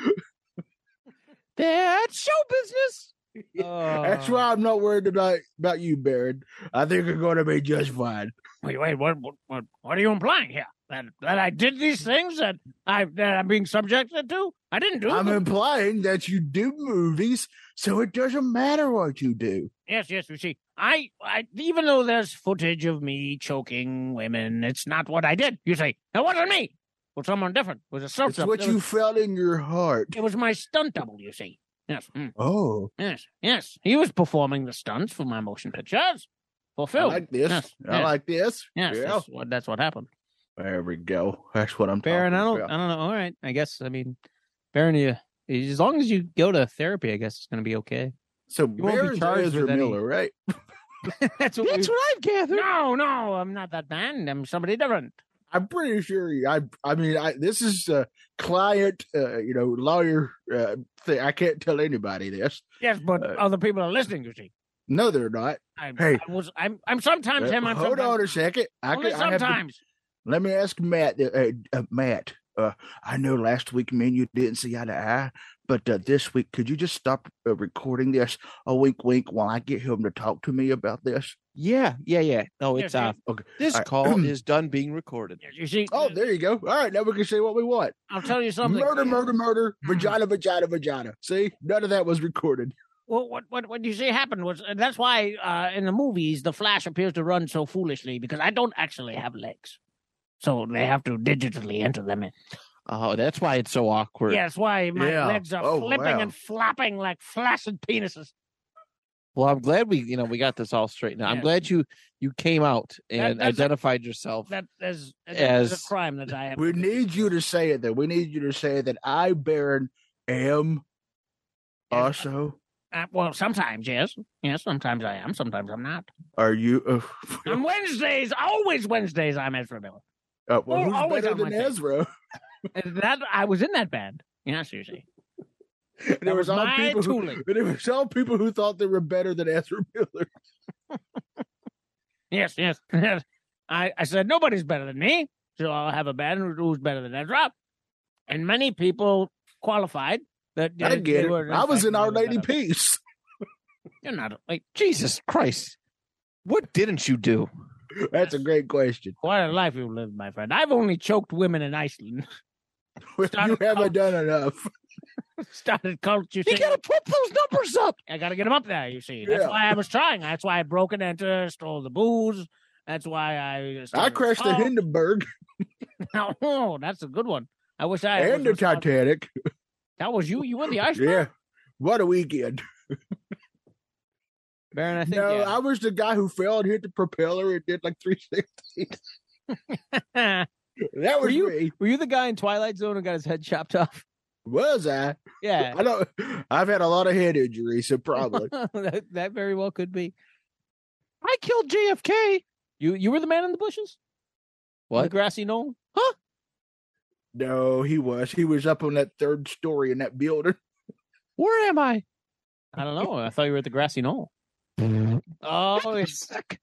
Speaker 1: That's show business.
Speaker 3: That's
Speaker 1: Uh,
Speaker 3: why I'm not worried about about you, Baron. I think you're going to be just fine.
Speaker 2: Wait, wait, what, what, what, what are you implying here? That that I did these things that I that I'm being subjected to? I didn't do
Speaker 3: I'm
Speaker 2: them.
Speaker 3: implying that you do movies, so it doesn't matter what you do.
Speaker 2: Yes, yes, you see. I, I even though there's footage of me choking women, it's not what I did. You say it wasn't me. It was someone different. It was a
Speaker 3: It's
Speaker 2: stunt double.
Speaker 3: what
Speaker 2: It
Speaker 3: you
Speaker 2: was-
Speaker 3: felt in your heart.
Speaker 2: It was my stunt double. You see. Yes. mm.
Speaker 3: Oh,
Speaker 2: Yes, yes. He was performing the stunts for my motion pictures.
Speaker 3: I
Speaker 2: fulfilled.
Speaker 3: like this.
Speaker 2: Yes,
Speaker 3: I
Speaker 2: yes.
Speaker 3: like this.
Speaker 2: yes,
Speaker 3: Yeah.
Speaker 2: that's, what, that's what happened.
Speaker 3: There we go. That's what I'm
Speaker 1: Baron, I
Speaker 3: talking
Speaker 1: don't,
Speaker 2: uh,
Speaker 3: about.
Speaker 1: I don't know. All right, I guess. I mean, Baron, you as long as you go to therapy, I guess it's going to be okay.
Speaker 3: So
Speaker 1: won't be
Speaker 3: Baron's
Speaker 1: charged
Speaker 3: Ezra
Speaker 1: with any-
Speaker 3: Miller, right?
Speaker 1: That's what. we-
Speaker 2: what I've gathered. No, no, I'm not that man. I'm somebody different.
Speaker 3: I'm pretty sure. you- I I mean, I, this is a client, uh, you know, lawyer uh, thing. I can't tell anybody this.
Speaker 2: Yes, but
Speaker 3: Uh,
Speaker 2: other people are listening. You see,
Speaker 3: No, they're not.
Speaker 2: I,
Speaker 3: hey.
Speaker 2: I was, I'm, I'm sometimes him.
Speaker 3: Uh,
Speaker 2: I'm
Speaker 3: hold on a
Speaker 2: sometimes,
Speaker 3: second. I,
Speaker 2: Only
Speaker 3: can, I have to-
Speaker 2: sometimes.
Speaker 3: let me ask Matt. Uh, uh, uh, Matt, uh, I know last week me and you didn't see eye to eye, but uh, this week, could you just stop uh, recording this? A wink, wink, while I get him to talk to me about this.
Speaker 4: Yeah, yeah, yeah. No,
Speaker 2: Yes,
Speaker 4: it's uh,
Speaker 2: yeah.
Speaker 4: off.
Speaker 3: Okay.
Speaker 4: This
Speaker 3: All right.
Speaker 4: call is done being recorded.
Speaker 2: Yes, you see, uh,
Speaker 3: Oh, there you go. All right, now we can say what we want.
Speaker 2: I'll tell you something. Hmm.
Speaker 3: Murder, murder, murder, vagina, vagina, vagina. See, none of that was recorded.
Speaker 2: Well, what what what you see happened was and that's why uh, in the movies the Flash appears to run so foolishly because I don't actually have legs, so they have to digitally enter them in.
Speaker 4: Oh, that's why it's so awkward.
Speaker 2: Yeah, that's why my
Speaker 3: Yeah.
Speaker 2: legs are
Speaker 3: Oh,
Speaker 2: flipping
Speaker 3: wow.
Speaker 2: and flopping like flaccid penises.
Speaker 4: Well, I'm glad we, you know, we got this all straightened out. I'm
Speaker 2: Yeah.
Speaker 4: glad you you came out and
Speaker 2: that's a-
Speaker 4: identified yourself.
Speaker 2: That is, that is
Speaker 4: As-
Speaker 2: a crime that I have.
Speaker 3: We need you to say it. That we need you to say that I, Baron, am also.
Speaker 2: Uh, well, sometimes yes, yes, sometimes I am, sometimes I'm not.
Speaker 3: Are you? Uh,
Speaker 2: On Wednesdays, always Wednesdays, I'm Ezra Miller.
Speaker 3: uh, well,
Speaker 2: Oh,
Speaker 3: who's
Speaker 2: always
Speaker 3: better
Speaker 2: on
Speaker 3: than
Speaker 2: Wednesday.
Speaker 3: Ezra?
Speaker 2: And that I was in that band. Yes, you see.
Speaker 3: There
Speaker 2: was
Speaker 3: was all
Speaker 2: my
Speaker 3: people. Who,
Speaker 2: tooling.
Speaker 3: there was all people who thought they were better than Ezra Miller.
Speaker 2: Yes, yes, yes. I, I said nobody's better than me, so I'll have a band who- who's better than Ezra. And many people qualified that
Speaker 3: I
Speaker 2: they-
Speaker 3: get
Speaker 2: they
Speaker 3: it.
Speaker 2: were,
Speaker 3: I was
Speaker 2: fact,
Speaker 3: in
Speaker 2: they
Speaker 3: Our
Speaker 2: were
Speaker 3: Lady
Speaker 2: better.
Speaker 3: Peace.
Speaker 2: You're not like
Speaker 4: Jesus Christ. What didn't you do?
Speaker 3: That's a great question.
Speaker 2: quite a life you've lived, my friend. I've only choked women in Iceland.
Speaker 3: You
Speaker 2: Started
Speaker 3: haven't done enough.
Speaker 2: Started culture.
Speaker 4: You got to put those numbers up.
Speaker 2: I got to get them up there. You see, that's
Speaker 3: Yeah.
Speaker 2: why I was trying. That's why I broke and enter, stole the booze. That's why I.
Speaker 3: I crashed the
Speaker 2: the
Speaker 3: Hindenburg
Speaker 2: Oh, that's a good one. I wish I
Speaker 3: and the
Speaker 2: was respons-
Speaker 3: Titanic.
Speaker 2: That was you. You were the Iceman.
Speaker 3: Yeah, what a weekend.
Speaker 1: Baron, I think.
Speaker 3: No,
Speaker 1: yeah.
Speaker 3: I was the guy who fell and hit the propeller and did like 360. That
Speaker 1: Were
Speaker 3: was
Speaker 1: you-
Speaker 3: me.
Speaker 1: Were you the guy in Twilight Zone who got his head chopped off?
Speaker 3: Was I?
Speaker 1: Yeah,
Speaker 3: I don't. I've had a lot of head injuries, so probably.
Speaker 1: that, that very well could be.
Speaker 4: I killed JFK.
Speaker 1: You you were the man in the bushes. The
Speaker 4: What?
Speaker 1: grassy knoll.
Speaker 3: no, he was. He was up on that third story in that building.
Speaker 4: Where am I?
Speaker 1: I don't know. I thought you were at the grassy knoll.
Speaker 4: Oh,
Speaker 1: Oh, it's,
Speaker 4: it's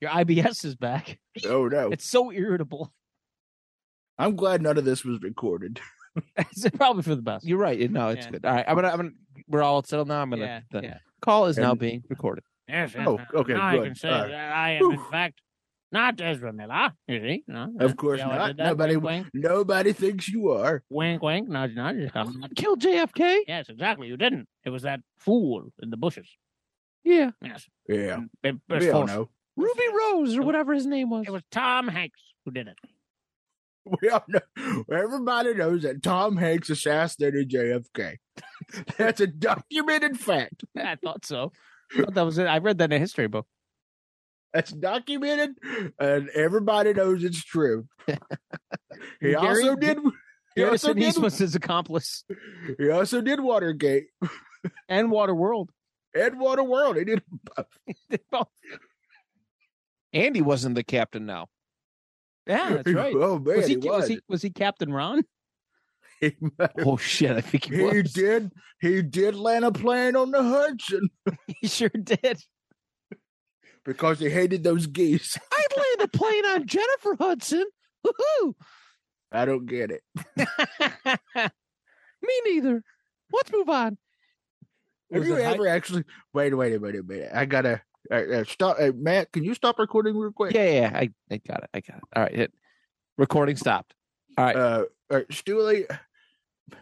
Speaker 1: your IBS is back.
Speaker 3: Oh no!
Speaker 1: It's so irritable.
Speaker 3: I'm glad none of this was recorded.
Speaker 1: it's probably for the best.
Speaker 4: You're right. No, it's
Speaker 1: Yeah.
Speaker 4: good. All right. I'm gonna. I'm gonna. We're all settled now. I'm gonna.
Speaker 1: yeah,
Speaker 4: the
Speaker 1: yeah.
Speaker 4: Call is now
Speaker 3: And-
Speaker 4: being recorded.
Speaker 2: Yes. yes,
Speaker 3: Oh,
Speaker 2: yes.
Speaker 3: okay,
Speaker 2: Now I
Speaker 3: good.
Speaker 2: can say
Speaker 3: All right.
Speaker 2: that I am, in
Speaker 3: Whew.
Speaker 2: fact, not Ezra Miller. You see? No,
Speaker 3: Of
Speaker 2: uh,
Speaker 3: course
Speaker 2: see how I
Speaker 3: not.
Speaker 2: did that?
Speaker 3: Nobody-
Speaker 2: Wink,
Speaker 3: Nobody thinks you are.
Speaker 2: wink, wink, wink, nudge, nudge.
Speaker 4: I killed JFK.
Speaker 2: Yes, exactly. You didn't. It was that fool in the bushes.
Speaker 4: Yeah,
Speaker 2: Yes.
Speaker 1: Mm,
Speaker 3: Yeah,
Speaker 2: And it- it was
Speaker 3: we all
Speaker 2: forced.
Speaker 3: know.
Speaker 4: Ruby Rose or whatever his name was.
Speaker 2: It was Tom Hanks who did it.
Speaker 3: We all know. Everybody knows that Tom Hanks assassinated JFK. That's a documented fact.
Speaker 1: I thought so. I thought that was it. I read that in a history book.
Speaker 3: That's documented, and everybody knows it's true. he
Speaker 1: Gary-
Speaker 3: also did. He also
Speaker 1: Garrison
Speaker 3: did,
Speaker 1: Eastman's his accomplice
Speaker 3: he also did Watergate
Speaker 1: and Waterworld.
Speaker 3: and Waterworld. He did.
Speaker 1: Well,
Speaker 4: Andy wasn't the captain. Now
Speaker 1: yeah, that's right.
Speaker 3: Oh man,
Speaker 1: Was
Speaker 3: he,
Speaker 1: he, was. he was he Captain Ron?
Speaker 3: He,
Speaker 4: oh shit, I think he, was.
Speaker 3: did. He did land a plane on the Hudson
Speaker 1: He sure did.
Speaker 3: because he hated those geese.
Speaker 4: I landed a plane on Jennifer Hudson. Woohoo!
Speaker 3: I don't get it.
Speaker 4: Me neither. Let's move on.
Speaker 3: Have
Speaker 1: Was
Speaker 3: you
Speaker 1: it high-
Speaker 3: ever actually? Wait, wait a minute, a minute. I gotta uh, uh, stop. Uh, Matt, can you stop recording real quick?
Speaker 4: Yeah, yeah, yeah, I, I got it. I got it. All right, hit. recording stopped. All right,
Speaker 3: Uh, uh, Stewie,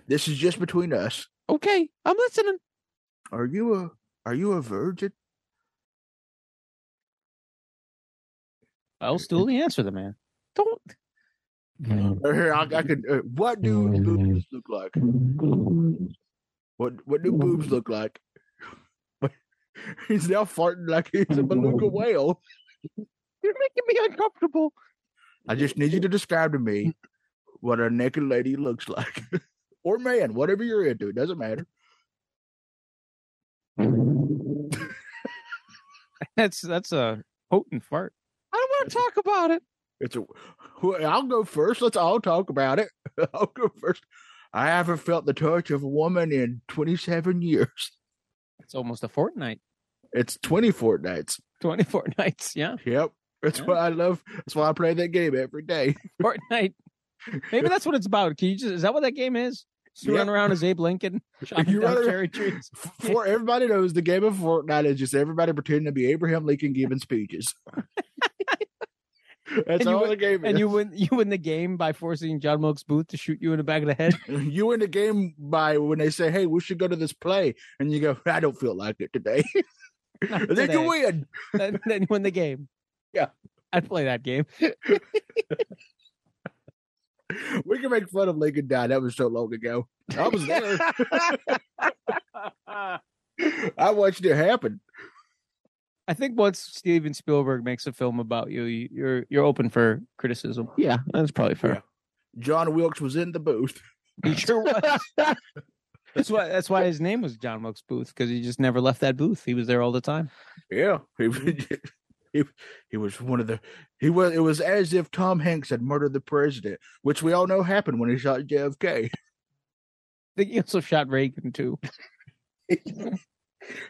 Speaker 3: this is just between us.
Speaker 4: okay, I'm listening.
Speaker 3: Are you a Are you a virgin?
Speaker 1: Well, Stooley, answer the man.
Speaker 4: Don't. Mm-hmm.
Speaker 3: Or here, I, I can. Uh, what do boobs look like? What What do boobs look like? He's now farting like he's a beluga whale.
Speaker 1: You're making me uncomfortable.
Speaker 3: I just need you to describe to me what a naked lady looks like. or man, whatever you're into. It doesn't matter.
Speaker 1: That's that's a potent fart.
Speaker 2: I don't want to talk about it.
Speaker 3: It's a wh- I'll go first. Let's all talk about it. I'll go first. I haven't felt the touch of a woman in 27 years.
Speaker 1: It's almost a fortnight.
Speaker 3: It's 20 fortnights.
Speaker 1: Twenty fortnights. Yeah,
Speaker 3: Yep. That's
Speaker 1: Yeah.
Speaker 3: why I love. That's why I play that game every day.
Speaker 1: fortnight. Maybe that's what it's about. Can you just, is that what that game is? Just run around as Abe Lincoln, chopping
Speaker 3: You
Speaker 1: down
Speaker 3: run-
Speaker 1: cherry trees.
Speaker 3: F- For everybody knows, the game of Fortnite is just everybody pretending to be Abraham Lincoln giving speeches. That's
Speaker 1: And you
Speaker 3: all
Speaker 1: win-
Speaker 3: the game
Speaker 1: And
Speaker 3: is.
Speaker 1: you win. You win the game by forcing John Wilkes Booth to shoot you in the back of the head.
Speaker 3: you win the game by when they say, "Hey, we should go to this play," and you go, "I don't feel like it today."
Speaker 1: Not
Speaker 3: then you
Speaker 1: today.
Speaker 3: win.
Speaker 1: then, then you win the game.
Speaker 3: Yeah.
Speaker 1: I'd play that game.
Speaker 3: We can make fun of Lincoln die. That was so long ago. I was there.
Speaker 1: Ah.
Speaker 3: I watched it happen.
Speaker 1: I think once Steven Spielberg makes a film about you, you- you're you're open for criticism. Yeah, that's probably fair.
Speaker 3: John Wilkes was in the booth.
Speaker 1: He sure was. that's why that's why his name was John Wilkes Booth because he just never left that booth. He was there all the time.
Speaker 3: Yeah, he, was- he he was one of the he was. It was as if Tom Hanks had murdered the president, which we all know happened when he shot JFK.
Speaker 1: I think he also shot Reagan too.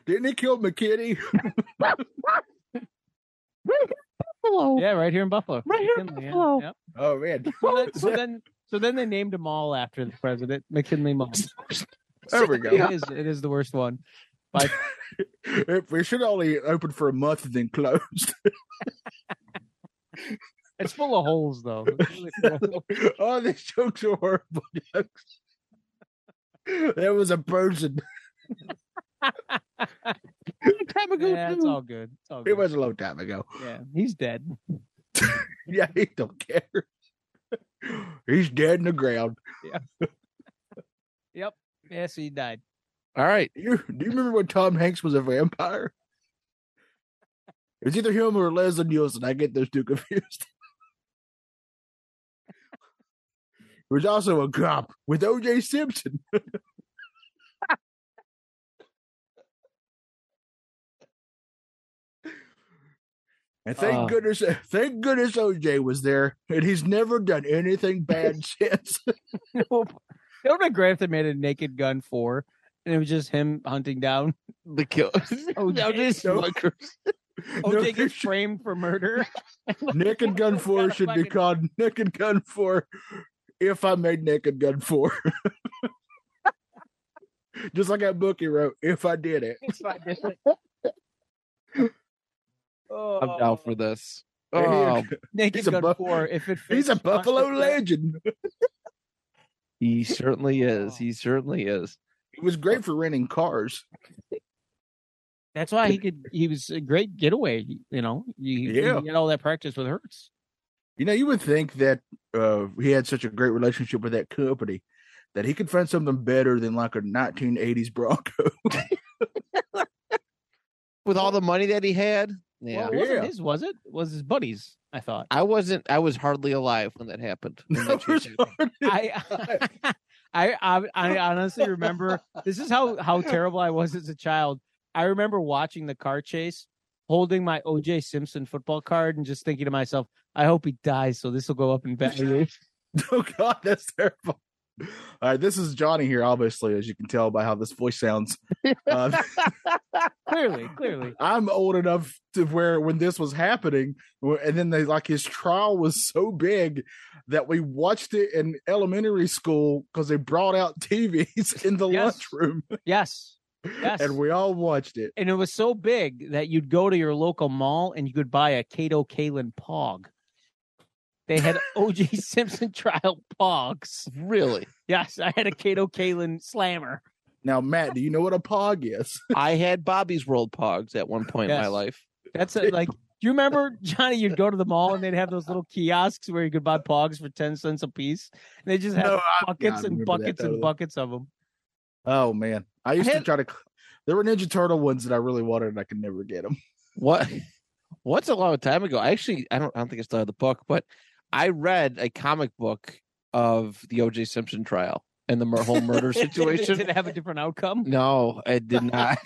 Speaker 3: Didn't he kill McKinney?
Speaker 2: Buffalo.
Speaker 1: Yeah, right here in Buffalo.
Speaker 2: Right here in
Speaker 1: McKinley, yeah,
Speaker 2: Buffalo.
Speaker 1: yep.
Speaker 3: Oh man,
Speaker 1: So then, so then so then they named a mall after the president, McKinley Mall.
Speaker 3: there we go.
Speaker 1: It is it is the worst one.
Speaker 3: It We should only open for a month and then closed.
Speaker 1: It's full of holes though. It's really full of holes.
Speaker 3: oh, these jokes are horrible jokes. There was a person.
Speaker 2: Time ago,
Speaker 1: yeah, it's
Speaker 2: too.
Speaker 1: all good. It's all
Speaker 3: It
Speaker 1: good.
Speaker 3: was a long time ago.
Speaker 1: yeah, he's dead.
Speaker 3: Yeah, he don't care. He's dead in the ground.
Speaker 1: Yes, he died.
Speaker 4: All right.
Speaker 3: You do you remember when Tom Hanks was a vampire? It was either him or Leslie Nielsen. I get those two confused. There was also a cop with O.J. Simpson. and thank
Speaker 1: Uh.
Speaker 3: goodness, thank goodness O.J. was there, and he's never done anything bad since.
Speaker 2: Oh,
Speaker 1: Nope. It would have been great if they made a Naked Gun 4 and it was just him hunting down.
Speaker 4: The kill.
Speaker 1: Oh,
Speaker 4: Now this
Speaker 3: no.
Speaker 4: fucker.
Speaker 3: No,
Speaker 1: OJ
Speaker 3: there
Speaker 1: gets
Speaker 3: should-
Speaker 1: framed for murder.
Speaker 3: Nick and Gun
Speaker 1: Got a
Speaker 3: 4 should be
Speaker 1: fucking-
Speaker 3: called Nick and Gun 4 if I made Nick and Gun 4. Just like that book he wrote, if I did it.
Speaker 1: Oh,
Speaker 4: I'm down for this.
Speaker 3: There you
Speaker 4: Oh,
Speaker 1: Naked
Speaker 3: He's a
Speaker 1: Gun
Speaker 3: buff-
Speaker 1: 4 if it
Speaker 3: He's a
Speaker 1: fits-
Speaker 3: Buffalo
Speaker 1: Yeah.
Speaker 3: legend.
Speaker 4: he certainly is. He certainly is.
Speaker 3: He was great for renting cars.
Speaker 1: Oh. That's why he could he was a great getaway, you know. You,
Speaker 3: Yeah.
Speaker 1: you get all that practice with Hertz.
Speaker 3: You know, you would think that uh, he had such a great relationship with that company that he could find something better than like a 1980s Bronco.
Speaker 4: With all the money that he had.
Speaker 1: Well,
Speaker 4: Yeah.
Speaker 1: it wasn't
Speaker 3: Yeah.
Speaker 1: his, was it? It Was his buddies, I thought.
Speaker 4: I wasn't. I was hardly alive when that happened. when that
Speaker 3: For
Speaker 4: changed
Speaker 3: sure.
Speaker 4: happened.
Speaker 1: I, I I I honestly remember this is how how terrible I was as a child. I remember watching the car chase, holding my OJ Simpson football card, and just thinking to myself, "I hope he dies, so this will go up in value."
Speaker 3: oh god that's terrible all right this is johnny here obviously as you can tell by how this voice sounds Uh,
Speaker 1: clearly, clearly,
Speaker 3: i'm old enough to where when this was happening wh- and then they like his trial was so big that we watched it in elementary school because they brought out tvs in the
Speaker 1: Yes.
Speaker 3: lunchroom
Speaker 1: yes. Yes.
Speaker 3: and we all watched it
Speaker 1: And it was so big that you'd go to your local mall and you could buy a Cato Kalin Pog. They had OJ Simpson trial Pogs.
Speaker 4: Really?
Speaker 1: Yes, I had a Cato Kalin Slammer.
Speaker 3: now matt do you know what a pog is
Speaker 4: I had Bobby's World Pogs at one point in my
Speaker 1: Yes.
Speaker 4: life.
Speaker 1: That's a, like, do you remember Johnny? You'd go to the mall and they'd have those little kiosks where you could buy pogs for ten cents a piece. And they just had
Speaker 3: No, I- yeah, I
Speaker 1: buckets and
Speaker 3: remember that
Speaker 1: buckets
Speaker 3: totally.
Speaker 1: and buckets of them.
Speaker 3: oh man i used to
Speaker 4: had-
Speaker 3: try to There were Ninja Turtle ones that I really wanted, and I could never get them.
Speaker 4: What? What's a long time ago? I actually, I don't, I don't think I still have the book, but I read a comic book of the O.J. Simpson trial and the mur- whole murder situation.
Speaker 1: Did it have a different outcome?
Speaker 4: No, it did not.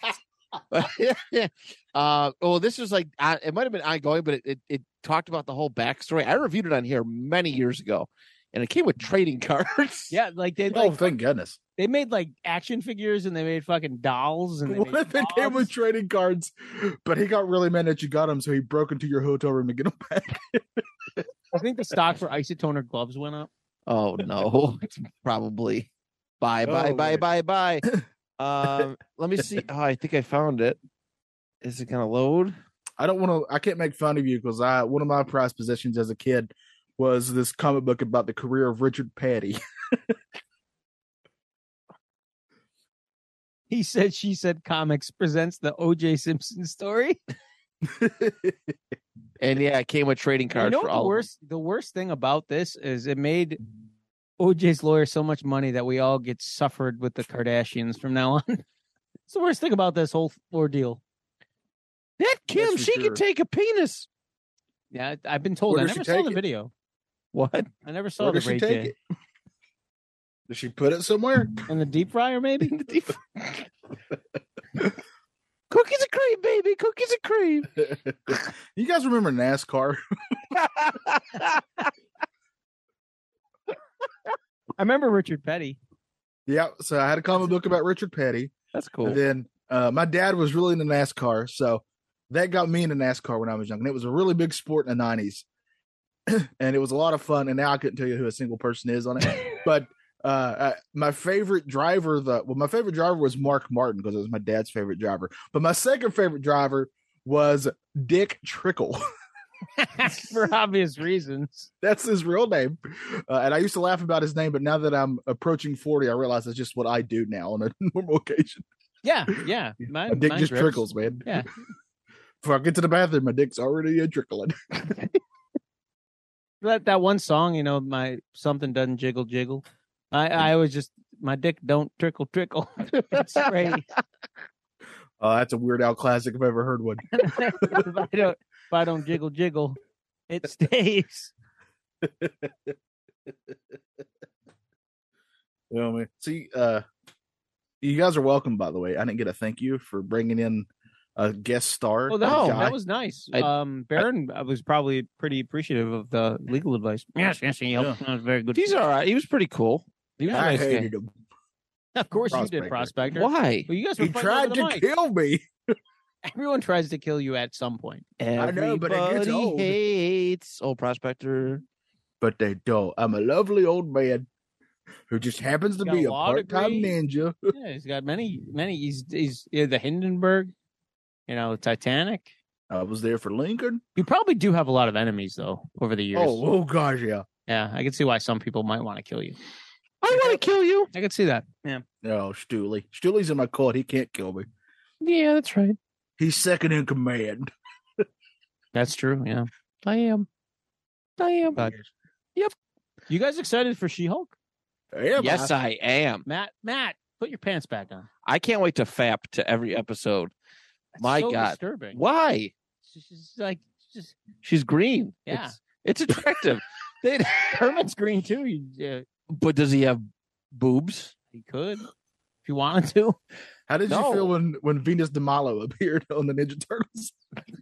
Speaker 4: uh, well, this was like uh, it might have been ongoing, but it, it it talked about the whole backstory. I reviewed it on here many years ago, and it came with trading cards.
Speaker 1: Yeah, like they
Speaker 3: oh,
Speaker 1: like
Speaker 3: thank goodness!
Speaker 1: they made like action figures and they made fucking dolls and they
Speaker 3: What
Speaker 1: made
Speaker 3: if it came with
Speaker 1: dogs.
Speaker 3: trading cards? But he got really mad that you got him, so he broke into your hotel room to get them back.
Speaker 1: I think the stock for isotoner gloves went up.
Speaker 4: Oh no, It's probably. Bye bye
Speaker 3: Oh,
Speaker 4: bye
Speaker 3: Lord.
Speaker 4: bye bye. Um, let me see. Oh, I think I found it. Is it gonna load?
Speaker 3: I don't want to. I can't make fun of you because I one of my prized possessions as a kid was this comic book about the career of Richard Petty.
Speaker 1: He said, she said, comics presents the OJ Simpson story.
Speaker 4: And yeah, it came with trading
Speaker 1: You
Speaker 4: cards
Speaker 1: know
Speaker 4: for
Speaker 1: what
Speaker 4: all.
Speaker 1: the
Speaker 4: of them.
Speaker 1: worst, the worst thing about this is it made OJ's lawyer so much money that we all get suffered with the Kardashians from now on. it's the worst thing about this whole ordeal.
Speaker 4: That Kim,
Speaker 3: for
Speaker 4: she
Speaker 3: sure.
Speaker 4: can take a penis.
Speaker 1: Yeah, I- I've been told.
Speaker 3: Where
Speaker 1: I
Speaker 3: does she
Speaker 1: never saw
Speaker 3: take
Speaker 1: the
Speaker 3: it?
Speaker 1: video.
Speaker 4: What?
Speaker 1: I never saw
Speaker 3: Where
Speaker 1: the
Speaker 3: did she
Speaker 1: rape
Speaker 3: take
Speaker 1: kit.
Speaker 3: it? Did she put it somewhere?
Speaker 1: in the deep fryer, maybe.
Speaker 4: Cookies and cream, baby. Cookies and cream.
Speaker 3: you guys remember NASCAR?
Speaker 1: I remember Richard Petty.
Speaker 3: yeah. So I had a comic book about Richard Petty.
Speaker 4: That's cool.
Speaker 3: And then uh, my dad was really into NASCAR, so that got me into NASCAR when I was young, and it was a really big sport in the nineties, and it was a lot of fun. And now I couldn't tell you who a single person is on it, but uh, I, my favorite driver, the well, my favorite driver was Mark Martin because it was my dad's favorite driver, but my second favorite driver was Dick Trickle.
Speaker 1: for obvious reasons.
Speaker 3: That's his real name, uh, and I used to laugh about his name, but now that I'm approaching forty, I realize that's just what I do now on a normal occasion.
Speaker 1: Yeah, yeah. My,
Speaker 3: dick
Speaker 1: mine
Speaker 3: just
Speaker 1: drips.
Speaker 3: trickles, man.
Speaker 1: Yeah.
Speaker 3: Before I get to the bathroom, my dick's already a trickling.
Speaker 1: That that one song, you know, my something doesn't jiggle jiggle. I I was just my dick don't trickle trickle. It's great.
Speaker 3: Oh, that's a Weird Al classic if I've ever heard one.
Speaker 1: if I don't if I don't jiggle jiggle, it stays.
Speaker 3: You know what I mean? See, uh, you guys are welcome, by the way. I didn't get a thank you for bringing in a guest star.
Speaker 1: Oh, that, was-
Speaker 3: a guy.
Speaker 1: that was nice.
Speaker 4: I-
Speaker 1: um, Baron I, was probably pretty appreciative of the legal advice.
Speaker 2: Yes, yes, he helped. That was very good.
Speaker 4: He's all right. He was pretty cool. He was a
Speaker 3: I
Speaker 4: nice guy.
Speaker 3: hated him.
Speaker 1: Of course, you
Speaker 3: Prospector.
Speaker 1: did, prospector.
Speaker 4: Why?
Speaker 1: Well, you guys were
Speaker 3: He
Speaker 1: fighting
Speaker 3: tried
Speaker 1: over
Speaker 3: to
Speaker 1: the mic.
Speaker 3: kill me.
Speaker 1: Everyone tries to kill you at some point.
Speaker 4: Everybody
Speaker 3: know, but it gets old.
Speaker 4: hates old prospector.
Speaker 3: But they don't. I'm a lovely old man who just happens to
Speaker 1: Got
Speaker 3: be
Speaker 1: a
Speaker 3: a
Speaker 1: law
Speaker 3: part time
Speaker 1: degree.
Speaker 3: ninja.
Speaker 1: Yeah, he's got many, many. He's he's yeah, the Hindenburg, you know, Titanic.
Speaker 3: I was there for Lincoln.
Speaker 1: You probably do have a lot of enemies though over the years.
Speaker 3: Oh, oh gosh, yeah.
Speaker 1: Yeah, I can see why some people might want to kill you.
Speaker 4: I want to kill you.
Speaker 1: I can see that. Yeah,
Speaker 3: Oh, Stooley. Stooley's in my court. He can't kill me.
Speaker 4: Yeah, that's right.
Speaker 3: He's second in command.
Speaker 1: that's true. Yeah,
Speaker 4: I am. I am.
Speaker 1: But- you guys excited for She-Hulk?
Speaker 3: Am
Speaker 4: yes, I am.
Speaker 1: Matt, Matt, put your pants back on.
Speaker 4: I can't wait to fap to every episode.
Speaker 1: That's
Speaker 4: My
Speaker 1: so
Speaker 4: God.
Speaker 1: disturbing.
Speaker 4: Why?
Speaker 1: It's just like it's just
Speaker 4: She's green.
Speaker 1: Yeah.
Speaker 4: It's, it's attractive. They-
Speaker 1: Herman's green too. You, uh,
Speaker 4: but does he have boobs?
Speaker 1: he could if you wanted to.
Speaker 3: How did
Speaker 4: No.
Speaker 3: you feel when when Venus de Milo appeared on the Ninja Turtles?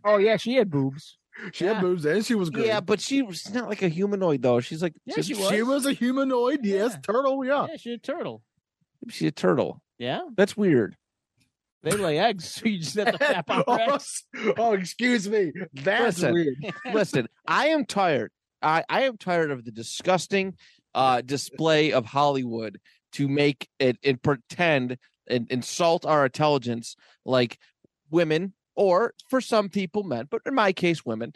Speaker 1: Oh yeah, she had boobs.
Speaker 3: She
Speaker 1: Yeah.
Speaker 3: had boobs and she was great.
Speaker 4: Yeah, but she was not like a humanoid though. She's like
Speaker 1: Yeah,
Speaker 4: she's,
Speaker 1: she
Speaker 3: she was a humanoid, yes,
Speaker 1: Yeah.
Speaker 3: turtle, yeah.
Speaker 1: Yeah, she's a turtle.
Speaker 4: she's a turtle.
Speaker 1: Yeah,
Speaker 4: That's weird.
Speaker 1: they lay eggs, so you just have to tap out their
Speaker 3: oh,
Speaker 1: eggs.
Speaker 3: oh, excuse me. That's
Speaker 4: Listen.
Speaker 3: weird.
Speaker 4: Listen, I am tired. I, I am tired of the disgusting uh, display of Hollywood to make it and pretend and insult our intelligence like women or for some people men, but in my case women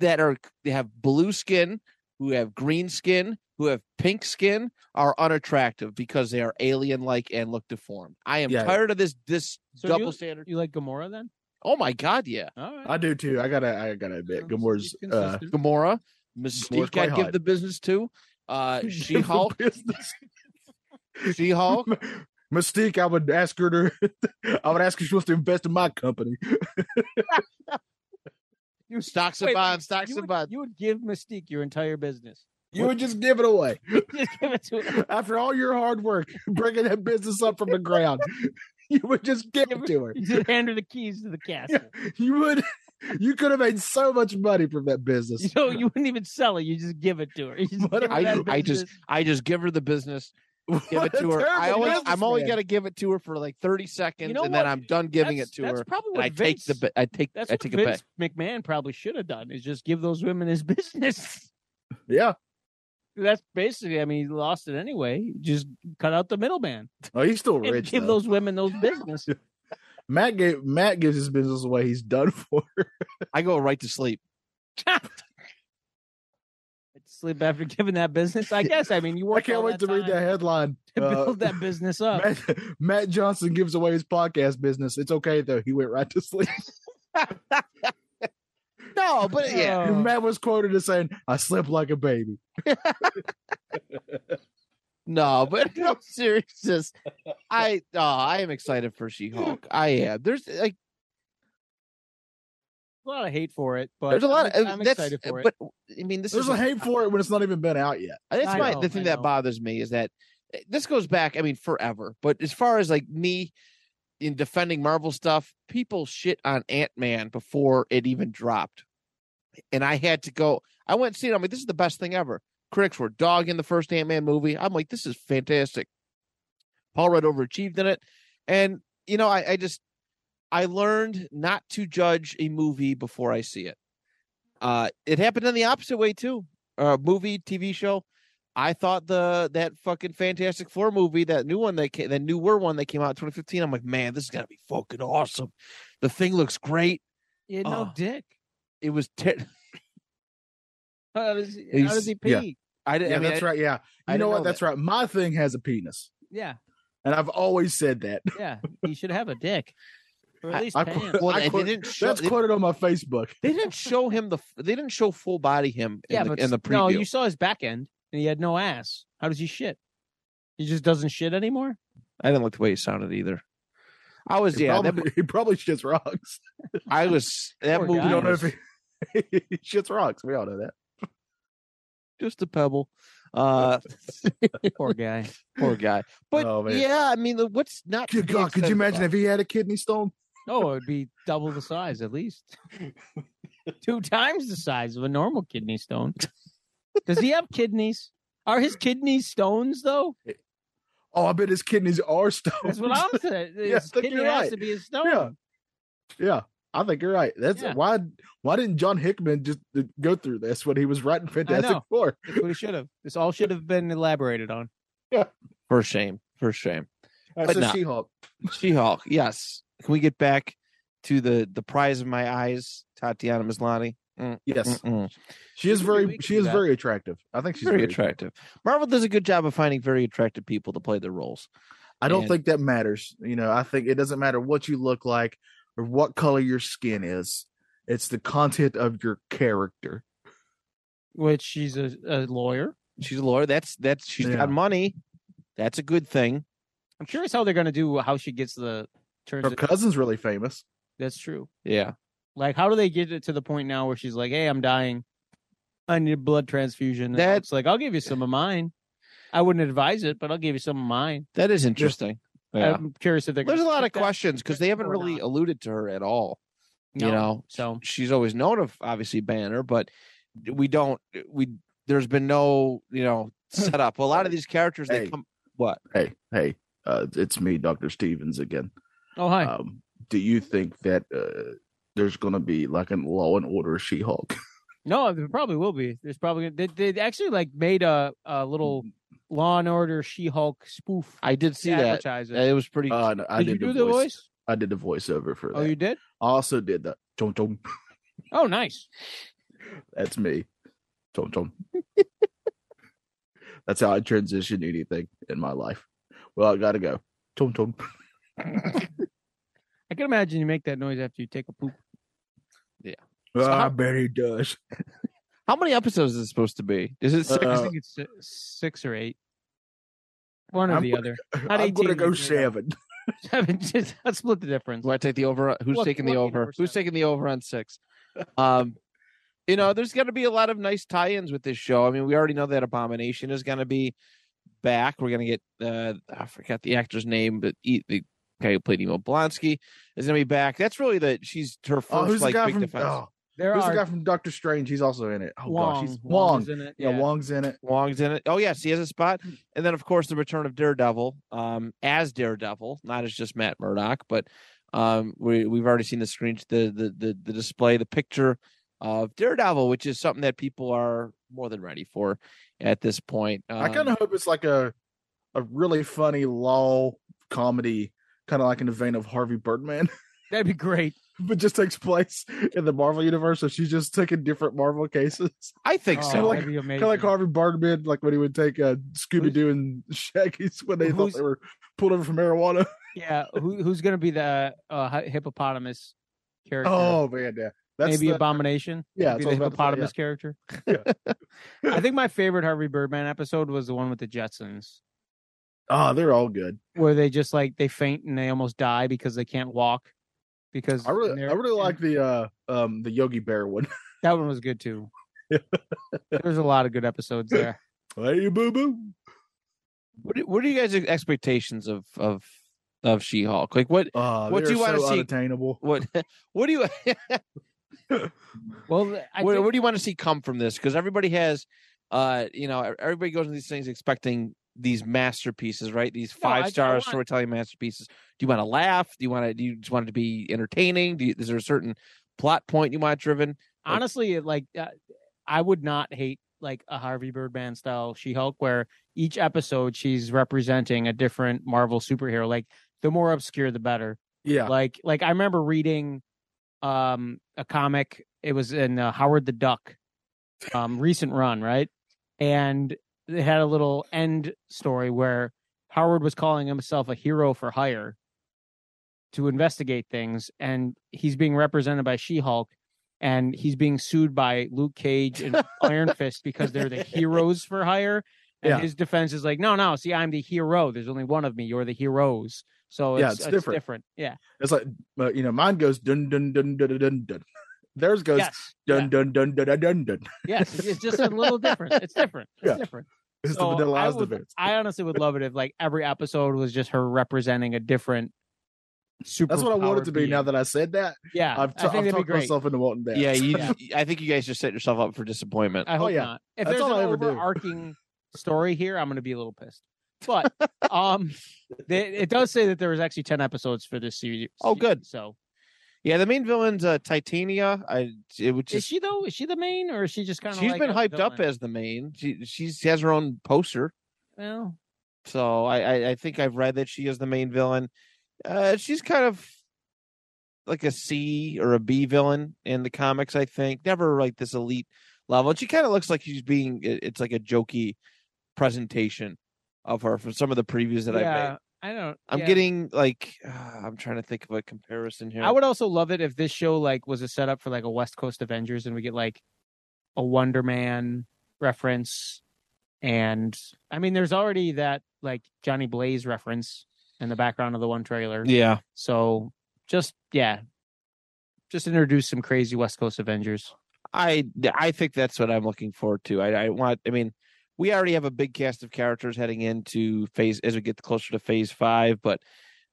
Speaker 4: that are they have blue skin, who have green skin, who have pink skin are unattractive because they are alien like and look deformed. I am
Speaker 3: Yeah.
Speaker 4: tired of this this
Speaker 1: So
Speaker 4: double
Speaker 1: you-
Speaker 4: standard.
Speaker 1: You like Gamora then?
Speaker 4: Oh my god, yeah.
Speaker 1: All right.
Speaker 3: I do too. I gotta I gotta admit. Gamore's uh
Speaker 4: Gamora, Mystique,
Speaker 3: quite
Speaker 4: I'd give
Speaker 3: hot.
Speaker 4: the business to. Uh, She Hulk,
Speaker 3: business.
Speaker 4: She Hulk.
Speaker 3: Mystique, I would ask her to, I would ask her if she wants to invest in my company.
Speaker 1: You
Speaker 4: Stocks and
Speaker 1: wait,
Speaker 4: bonds, stocks
Speaker 1: you
Speaker 4: and
Speaker 1: would,
Speaker 4: bonds.
Speaker 1: you would give Mystique your entire business.
Speaker 3: You would just give it away
Speaker 1: Just give it to her.
Speaker 3: after all your hard work, bringing that business up from the ground. You would just give it to her.
Speaker 1: You just hand her the keys to the castle.
Speaker 3: You would, you could have made so much money from that business.
Speaker 1: You know, you wouldn't even sell it. You just give it to her. You just
Speaker 3: What
Speaker 1: give her
Speaker 3: I-
Speaker 1: that
Speaker 4: I just-
Speaker 1: business.
Speaker 4: I just give her the business, give
Speaker 3: What
Speaker 4: it
Speaker 3: a
Speaker 4: to her. I
Speaker 3: terrible
Speaker 4: always, I'm only
Speaker 3: businessman.
Speaker 4: gonna give it to her for like 30 seconds,
Speaker 1: know
Speaker 4: and then
Speaker 1: what?
Speaker 4: I'm done giving
Speaker 1: that's,
Speaker 4: it to
Speaker 1: that's
Speaker 4: her.
Speaker 1: Probably
Speaker 4: And
Speaker 1: what
Speaker 4: I
Speaker 1: Vince,
Speaker 4: take the, be- I take,
Speaker 1: That's
Speaker 4: I
Speaker 1: what
Speaker 4: take a bet.
Speaker 1: Vince McMahon probably should have done is just give those women his business.
Speaker 3: Yeah.
Speaker 1: That's basically. I mean, he lost it anyway. Just cut out the middleman
Speaker 3: Oh, he's still
Speaker 1: and
Speaker 3: rich.
Speaker 1: give
Speaker 3: though.
Speaker 1: those women those business.
Speaker 3: Matt gave, Matt gives his business away. He's done for.
Speaker 4: I go right to sleep.
Speaker 1: Sleep after giving that business. I guess. I mean, you
Speaker 3: I
Speaker 1: work.
Speaker 3: can't
Speaker 1: all
Speaker 3: wait
Speaker 1: that
Speaker 3: to read
Speaker 1: time
Speaker 3: that headline.
Speaker 1: to
Speaker 3: Uh,
Speaker 1: build that business up.
Speaker 3: Matt, Matt Johnson gives away his podcast business. It's okay though. He went right to sleep.
Speaker 4: No, but yeah,
Speaker 1: Oh.
Speaker 3: Matt was quoted as saying, "I slept like a baby."
Speaker 4: no, but no, seriousness. I, oh, I am excited for She-Hulk. I am. There's like.
Speaker 1: a lot of hate for it, but
Speaker 4: There's a lot.
Speaker 1: I'm,
Speaker 4: of,
Speaker 1: I'm
Speaker 4: that's, uh,
Speaker 1: excited for it.
Speaker 4: but I mean, this
Speaker 3: There's
Speaker 4: is
Speaker 3: a hate for it when it's not even been out yet.
Speaker 4: That's
Speaker 1: I
Speaker 4: my
Speaker 1: know,
Speaker 4: the thing
Speaker 1: I
Speaker 4: that
Speaker 1: know.
Speaker 4: bothers me is that eh, this goes back. I mean, forever. But as far as like me in defending Marvel stuff, people shit on Ant Man before it even dropped, and I had to go. I went and see it. I'm like, this is the best thing ever. Critics were dogging the first Ant Man movie. I'm like, this is fantastic. Paul Rudd overachieved in it, and you know, I, I just I learned not to judge a movie before I see it. Uh, it happened in the opposite way too. Uh, movie, TV show. I thought the that fucking Fantastic Four movie, that new one that came, that newer one that came out in 2015. I'm like, man, this is gonna be fucking awesome. The thing looks great.
Speaker 1: yeah, no
Speaker 4: oh.
Speaker 1: dick.
Speaker 4: It was. Ter-
Speaker 1: How does, he- how
Speaker 3: He's-
Speaker 1: does he pee?
Speaker 3: yeah.
Speaker 4: I didn't.
Speaker 3: Yeah,
Speaker 4: I mean,
Speaker 3: that's
Speaker 4: I-
Speaker 3: right. Yeah,
Speaker 4: I
Speaker 3: you know
Speaker 4: didn't
Speaker 3: what?
Speaker 4: know
Speaker 3: That's right. My thing has a penis,
Speaker 1: Yeah,
Speaker 3: and I've always said that.
Speaker 1: yeah. He should have a dick, or
Speaker 4: I-
Speaker 1: at least
Speaker 3: I
Speaker 1: pants.
Speaker 3: quit-
Speaker 4: Well,
Speaker 3: I
Speaker 4: they
Speaker 3: quote-
Speaker 4: didn't show.
Speaker 3: That's
Speaker 4: They,
Speaker 3: quoted on my Facebook.
Speaker 4: they didn't show him the. f- They didn't show full body him in, the, in the preview.
Speaker 1: no, you saw his back end, and he had no ass. How does he shit? He just doesn't shit anymore.
Speaker 4: I didn't like the way he sounded either. I was
Speaker 3: He
Speaker 4: yeah. that
Speaker 3: probably, he probably shits rocks.
Speaker 4: I was that
Speaker 1: Poor
Speaker 4: movie.
Speaker 1: guy.
Speaker 3: You don't know if
Speaker 4: was
Speaker 3: he, he shits rocks. We all know that.
Speaker 4: just a pebble. Uh,
Speaker 1: Poor guy.
Speaker 4: poor guy. But
Speaker 3: Oh, man.
Speaker 4: yeah, I mean, the- what's not? to
Speaker 3: Good
Speaker 4: be
Speaker 3: God, could you
Speaker 4: excited
Speaker 3: imagine
Speaker 4: about?
Speaker 3: if he had a kidney stone?
Speaker 1: Oh, it'd be double the size at least. Two times the size of a normal kidney stone. Does he have kidneys? Are his kidneys stones though?
Speaker 3: Oh, I bet his kidneys are stones.
Speaker 1: That's what I'm saying. His
Speaker 3: Yeah, I think
Speaker 1: kidney
Speaker 3: you're
Speaker 1: has
Speaker 3: right.
Speaker 1: to be a stone.
Speaker 3: Oh, Yeah. Yeah, I think you're right. That's
Speaker 1: Yeah.
Speaker 3: why. Why didn't John Hickman just uh, go through this when he was writing Fantastic
Speaker 1: know.
Speaker 3: Four?
Speaker 1: That's what he should have. This all should have been elaborated on.
Speaker 4: For shame. For shame.
Speaker 3: That's
Speaker 4: But
Speaker 3: a
Speaker 4: no.
Speaker 3: She-Hulk.
Speaker 4: She-Hulk. Yes. Can we get back to the the prize of my eyes, Tatiana Maslany? Mm,
Speaker 3: Yes,
Speaker 4: mm-mm.
Speaker 3: she is
Speaker 1: We- we
Speaker 3: very.
Speaker 1: can
Speaker 3: She
Speaker 1: do
Speaker 3: is
Speaker 1: that.
Speaker 3: very attractive. I think she's
Speaker 4: very attractive. Marvel does a good job of finding very attractive people to play their roles.
Speaker 3: I don't
Speaker 4: And-
Speaker 3: think that matters. You know, I think it doesn't matter what you look like or what color your skin is. It's the content of your character.
Speaker 1: Which she's a, a lawyer.
Speaker 4: She's a lawyer. That's that's she's
Speaker 3: Yeah.
Speaker 4: got money. That's a good thing.
Speaker 1: I'm curious how they're gonna do how she gets the turns.
Speaker 3: Her
Speaker 1: it-
Speaker 3: cousin's really famous.
Speaker 1: That's true.
Speaker 4: Yeah.
Speaker 1: Like, how do they get it to the point now where she's like, "Hey, I'm dying. I need a blood transfusion." And
Speaker 4: That-
Speaker 1: Hulk's like, "I'll give you some of mine. I wouldn't advise it, but I'll give you some of mine."
Speaker 4: That is interesting. Yeah.
Speaker 1: I'm curious if they're.
Speaker 4: There's a
Speaker 1: gonna
Speaker 4: lot of
Speaker 1: stick that-
Speaker 4: questions because they haven't
Speaker 1: or
Speaker 4: really
Speaker 1: not.
Speaker 4: alluded to her at all.
Speaker 1: No.
Speaker 4: You know,
Speaker 1: So
Speaker 4: she's always known of obviously Banner, but we don't we there's been no you know setup. A lot of these characters they
Speaker 3: Hey.
Speaker 4: come what
Speaker 3: Hey, hey, uh, it's me, Doctor Stevens again.
Speaker 1: oh hi.
Speaker 4: Uh,
Speaker 3: Um, do you think that uh, there's going to be like a Law and Order She-Hulk?
Speaker 1: no, uh, there probably will be. There's probably they, they actually like made a, a little Law and Order She-Hulk spoof.
Speaker 4: I did see that.
Speaker 1: advertiser.
Speaker 4: It was pretty.
Speaker 3: Uh, no, I
Speaker 1: did,
Speaker 3: did,
Speaker 1: you do
Speaker 3: the,
Speaker 1: the
Speaker 3: voice.
Speaker 1: voice?
Speaker 3: I did the voiceover for that.
Speaker 1: Oh, you did.
Speaker 3: I also did the chom chom.
Speaker 1: Oh, nice.
Speaker 3: That's me. Chom chom. That's how I transition anything in my life. Well, I gotta go. Chom chom.
Speaker 1: I can imagine you make that noise after you take a poop.
Speaker 3: Ah,
Speaker 4: how-
Speaker 3: I bet he does.
Speaker 4: How many episodes is it supposed to be? Is it six?
Speaker 1: I
Speaker 3: Uh,
Speaker 1: think it's si- six or eight. One or
Speaker 3: I'm
Speaker 1: the
Speaker 3: gonna-
Speaker 1: other. Not
Speaker 3: I'm going to
Speaker 1: 18,
Speaker 3: go
Speaker 1: but zero.
Speaker 3: seven.
Speaker 1: Seven. Just, let's split the difference.
Speaker 4: Do I take the over? Who's
Speaker 1: Look-
Speaker 4: taking the
Speaker 1: look,
Speaker 4: over? Who's
Speaker 1: 8%.
Speaker 4: taking the over on six? Um, you know, there's going to be a lot of nice tie-ins with this show. I mean, we already know that Abomination is going to be back. We're going to get uh, I forgot the actor's name, but e- the guy who played Emo Blonsky is going to be back. That's really the she's her first
Speaker 3: Oh, who's
Speaker 4: like
Speaker 3: the guy
Speaker 4: big
Speaker 3: from?
Speaker 4: defense.
Speaker 3: oh,
Speaker 1: There
Speaker 3: who's the
Speaker 1: are
Speaker 3: guy from Doctor Strange? He's also in it. Oh
Speaker 1: Wong.
Speaker 3: gosh, he's
Speaker 1: Wong
Speaker 3: Wong.
Speaker 1: is in it.
Speaker 3: Yeah,
Speaker 1: Yeah.
Speaker 3: Wong's in it.
Speaker 4: Wong's in it. Oh yes, he has a spot. And then of course the return of Daredevil, um, as Daredevil, not as just Matt Murdock, but um, we we've already seen the screen, the the the, the display, the picture of Daredevil, which is something that people are more than ready for at this point. Um,
Speaker 3: I kind of hope it's like a a really funny law comedy, kind of like in the vein of Harvey Birdman,
Speaker 1: That'd be great.
Speaker 3: but just takes place in the Marvel universe. So she's just taking different Marvel cases,
Speaker 4: I think
Speaker 1: Oh,
Speaker 4: so.
Speaker 3: like-
Speaker 1: that'd be amazing.
Speaker 3: kind of like Harvey Birdman, like when he would take uh, Scooby Doo and Shaggy's when they thought
Speaker 1: who's-
Speaker 3: they were pulled over for marijuana.
Speaker 1: yeah. Who, who's gonna be the uh, hi- hippopotamus character?
Speaker 3: Oh man, yeah, that's
Speaker 1: maybe
Speaker 3: the-
Speaker 1: abomination.
Speaker 3: yeah,
Speaker 1: Be
Speaker 3: that's
Speaker 1: the
Speaker 3: what I was about to
Speaker 1: hippopotamus
Speaker 3: say,
Speaker 1: character. I think my favorite Harvey Birdman episode was the one with the Jetsons,
Speaker 3: yeah. Oh, they're all good.
Speaker 1: where they just like they faint and they almost die because they can't walk. Because
Speaker 3: I really,
Speaker 1: they're-
Speaker 3: I really like the uh, um, the Yogi Bear one.
Speaker 1: that one was good too.
Speaker 3: Yeah.
Speaker 1: There's a lot of good episodes there.
Speaker 3: hey, boo boo.
Speaker 4: What, do- what are you guys' expectations of of of She-Hulk? Like what
Speaker 3: Uh,
Speaker 4: What
Speaker 3: they're
Speaker 4: do you wanna
Speaker 3: so
Speaker 4: see?
Speaker 3: Unattainable.
Speaker 4: what what do you
Speaker 1: Well, I
Speaker 4: what,
Speaker 1: think-
Speaker 4: what do you want to see come from this? Because everybody has, uh, you know, e- everybody goes into these things expecting these masterpieces, right? These
Speaker 1: No, I- I
Speaker 4: five star
Speaker 1: want-
Speaker 4: storytelling masterpieces. Do you want to laugh? Do you want to? Do you just want it to be entertaining? Do you, is there a certain plot point you want driven? Like-
Speaker 1: honestly, it, like uh, I would not hate like a Harvey Birdman style She-Hulk, where each episode she's representing a different Marvel superhero. Like the more obscure, the better.
Speaker 3: Yeah,
Speaker 1: Like, like I remember reading um a comic. It was in uh, Howard the Duck, um, recent run, right? And they had a little end story where Howard was calling himself a hero for hire to investigate things, and he's being represented by She-Hulk, and he's being sued by Luke Cage and Iron Fist because they're the heroes for hire. And
Speaker 3: Yeah.
Speaker 1: his defense is like, no, no, see, I'm the hero. There's only one of me. You're the heroes. So
Speaker 3: Yeah,
Speaker 1: it's,
Speaker 3: it's
Speaker 1: it's
Speaker 3: different.
Speaker 1: different. Yeah.
Speaker 3: It's like uh, you know, mine goes dun dun dun dun dun dun. dun. Theirs goes
Speaker 1: Yes.
Speaker 3: dun,
Speaker 1: Yeah.
Speaker 3: dun dun dun dun dun dun.
Speaker 1: Yes. It's just a little different. It's different. It's
Speaker 3: Yeah.
Speaker 1: different.
Speaker 3: It's
Speaker 1: So,
Speaker 3: the
Speaker 1: I
Speaker 3: vanillized
Speaker 1: would-
Speaker 3: events.
Speaker 1: I honestly would love it if like every episode was just her representing a different super.
Speaker 3: That's what I want it to be. Now that I said that,
Speaker 1: yeah,
Speaker 3: I've, t-
Speaker 1: I think
Speaker 3: I've
Speaker 1: that'd be
Speaker 3: talked
Speaker 1: great.
Speaker 3: myself into wanting that.
Speaker 4: Yeah, you, I think you guys just set yourself up for disappointment.
Speaker 1: I hope
Speaker 3: Oh, yeah.
Speaker 1: not. If
Speaker 3: That's
Speaker 1: there's
Speaker 3: all
Speaker 1: an
Speaker 3: I ever do.
Speaker 1: overarching story here, I'm going to be a little pissed. But um, they, it does say that there was actually ten episodes for this series.
Speaker 4: Oh, good.
Speaker 1: So
Speaker 4: yeah, the main villain's uh, Titania. I it would
Speaker 1: is
Speaker 4: just.
Speaker 1: she though? Is she the main, or is she just kind
Speaker 4: She's
Speaker 1: of? like
Speaker 4: been
Speaker 1: a
Speaker 4: hyped up
Speaker 1: villain?
Speaker 4: as the main. She she's, she has her own poster.
Speaker 1: Well,
Speaker 4: So I, I, I think I've read that she is the main villain. Uh, she's kind of like a C or a B villain in the comics. I think never like this elite level. And she kind of looks like she's being. it- It's like a jokey presentation of her from some of the previews that I've
Speaker 1: yeah,
Speaker 4: made.
Speaker 1: I don't.
Speaker 4: I'm
Speaker 1: yeah.
Speaker 4: getting like uh, I'm trying to think of a comparison here.
Speaker 1: I would also love it if this show like was a setup for like a West Coast Avengers and we get like a Wonder Man reference and I mean there's already that like Johnny Blaze reference in the background of the one trailer.
Speaker 4: Yeah,
Speaker 1: So just yeah. Just introduce some crazy West Coast Avengers.
Speaker 4: I I think that's what I'm looking forward to. I, I want. I mean, we already have a big cast of characters heading into phase as we get closer to phase five. But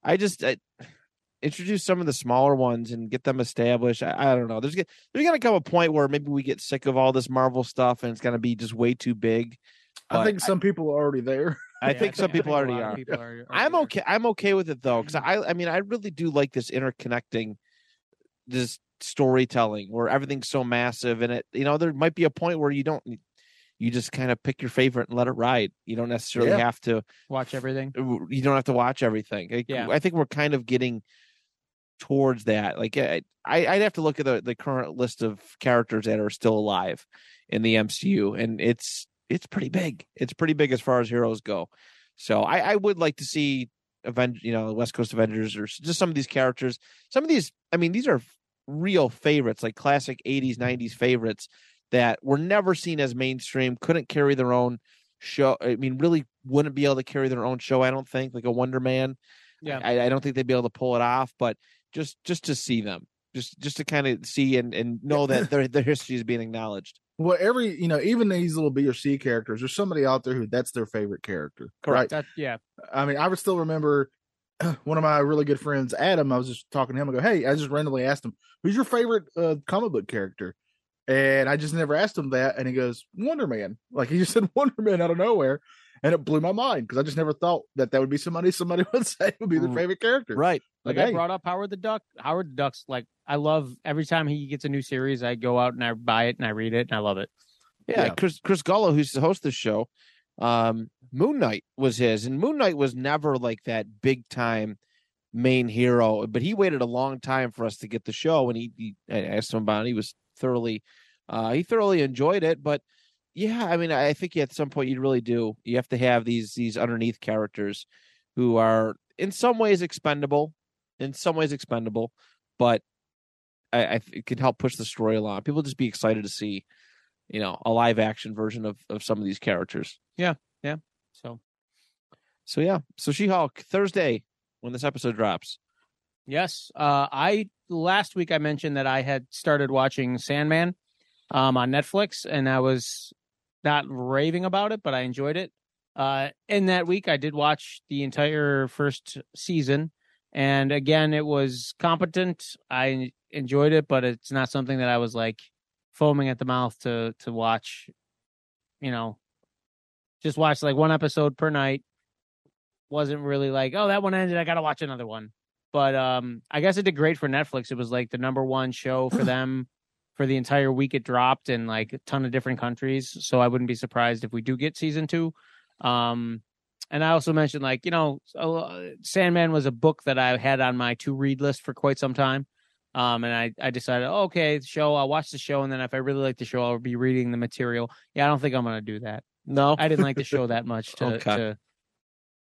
Speaker 4: I just I, introduce some of the smaller ones and get them established. I, I don't know. There's g- there's gonna come a point where maybe we get sick of all this Marvel stuff and it's gonna be just way too big.
Speaker 3: I
Speaker 4: But
Speaker 3: think some people are already there.
Speaker 4: I
Speaker 1: Yeah,
Speaker 4: think some
Speaker 1: I
Speaker 4: people
Speaker 1: a
Speaker 4: already
Speaker 1: lot of
Speaker 4: are.
Speaker 1: people are- are
Speaker 4: I'm
Speaker 1: there. Mm-hmm.
Speaker 4: okay. I'm okay with it though, because I, I mean, I really do like this interconnecting, this storytelling where everything's so massive, and it, you know, there might be a point where you don't, you just kind of pick your favorite and let it ride. You don't necessarily
Speaker 3: Yeah.
Speaker 4: have to,
Speaker 1: Watch everything.
Speaker 4: you don't have to watch everything. Like,
Speaker 1: Yeah.
Speaker 4: I think we're kind of getting towards that. Like, I, I- I'd have to look at the the current list of characters that are still alive in the MCU, and it's it's pretty big. It's pretty big as far as heroes go. So I, I would like to see Aven- you know, West Coast Avengers or s- just some of these characters. Some of these, I mean, these are f- real favorites, like classic 80s, 90s favorites that were never seen as mainstream, couldn't carry their own show. I mean, really wouldn't be able to carry their own show. I don't think like a Wonder Man.
Speaker 1: Yeah.
Speaker 4: I, I don't think they'd be able to pull it off. But just just to see them, just just to kind of see and and know that their their history is being acknowledged.
Speaker 3: Well, every you know, even these little B or C characters, there's somebody out there who that's their favorite character.
Speaker 4: Correct.
Speaker 3: right?
Speaker 1: That, yeah.
Speaker 3: I mean, I would still remember one of my really good friends, Adam. I was just talking to him. I go, hey, I just randomly asked him, who's your favorite uh, comic book character? And I just never asked him that. And he goes, Wonder Man. Like he just said Wonder Man out of nowhere. And it blew my mind because I just never thought that that would be somebody somebody would say would be their
Speaker 4: Mm.
Speaker 3: favorite character.
Speaker 4: Right.
Speaker 1: Like
Speaker 3: Like,
Speaker 1: I
Speaker 3: hey.
Speaker 1: brought up Howard the Duck. Howard the Duck's like I love every time he gets a new series, I go out and I buy it and I read it and I love it.
Speaker 4: Yeah,
Speaker 3: Yeah.
Speaker 4: Chris Chris Gullo, who's the host of the show, um, Moon Knight was his, and Moon Knight was never like that big time main hero, but he waited a long time for us to get the show, and he, he I asked him about it. He was thoroughly, uh, he thoroughly enjoyed it, but yeah, I mean, I I think at some point you really do. You have to have these these underneath characters who are in some ways expendable, in some ways expendable, but I, I th- it can help push the story along. People just be excited to see, you know, a live action version of of some of these characters.
Speaker 1: So
Speaker 4: So yeah, so She Hulk Thursday when this episode drops.
Speaker 1: yes, uh, I last week I mentioned that I had started watching Sandman um, on Netflix and I was not raving about it, but I enjoyed it. Uh, in that week, I did watch the entire first season, and again, it was competent. I enjoyed it, but it's not something that I was like foaming at the mouth to to watch. You know, just watch like one episode per night. Wasn't really like, oh, that one ended. I gotta watch another one. But um, I guess it did great for Netflix. It was like the number one show for them for the entire week. It dropped in like a ton of different countries, so I wouldn't be surprised if we do get season two. Um, and I also mentioned like you know, so, uh, Sandman was a book that I had on my to read list for quite some time. Um, and I, I decided, oh, okay, the show, I'll watch the show. And then if I really like the show, I'll be reading the material. Yeah, I don't think I'm going to do that.
Speaker 4: No,
Speaker 1: I didn't like the show that much to,
Speaker 4: Okay.
Speaker 1: to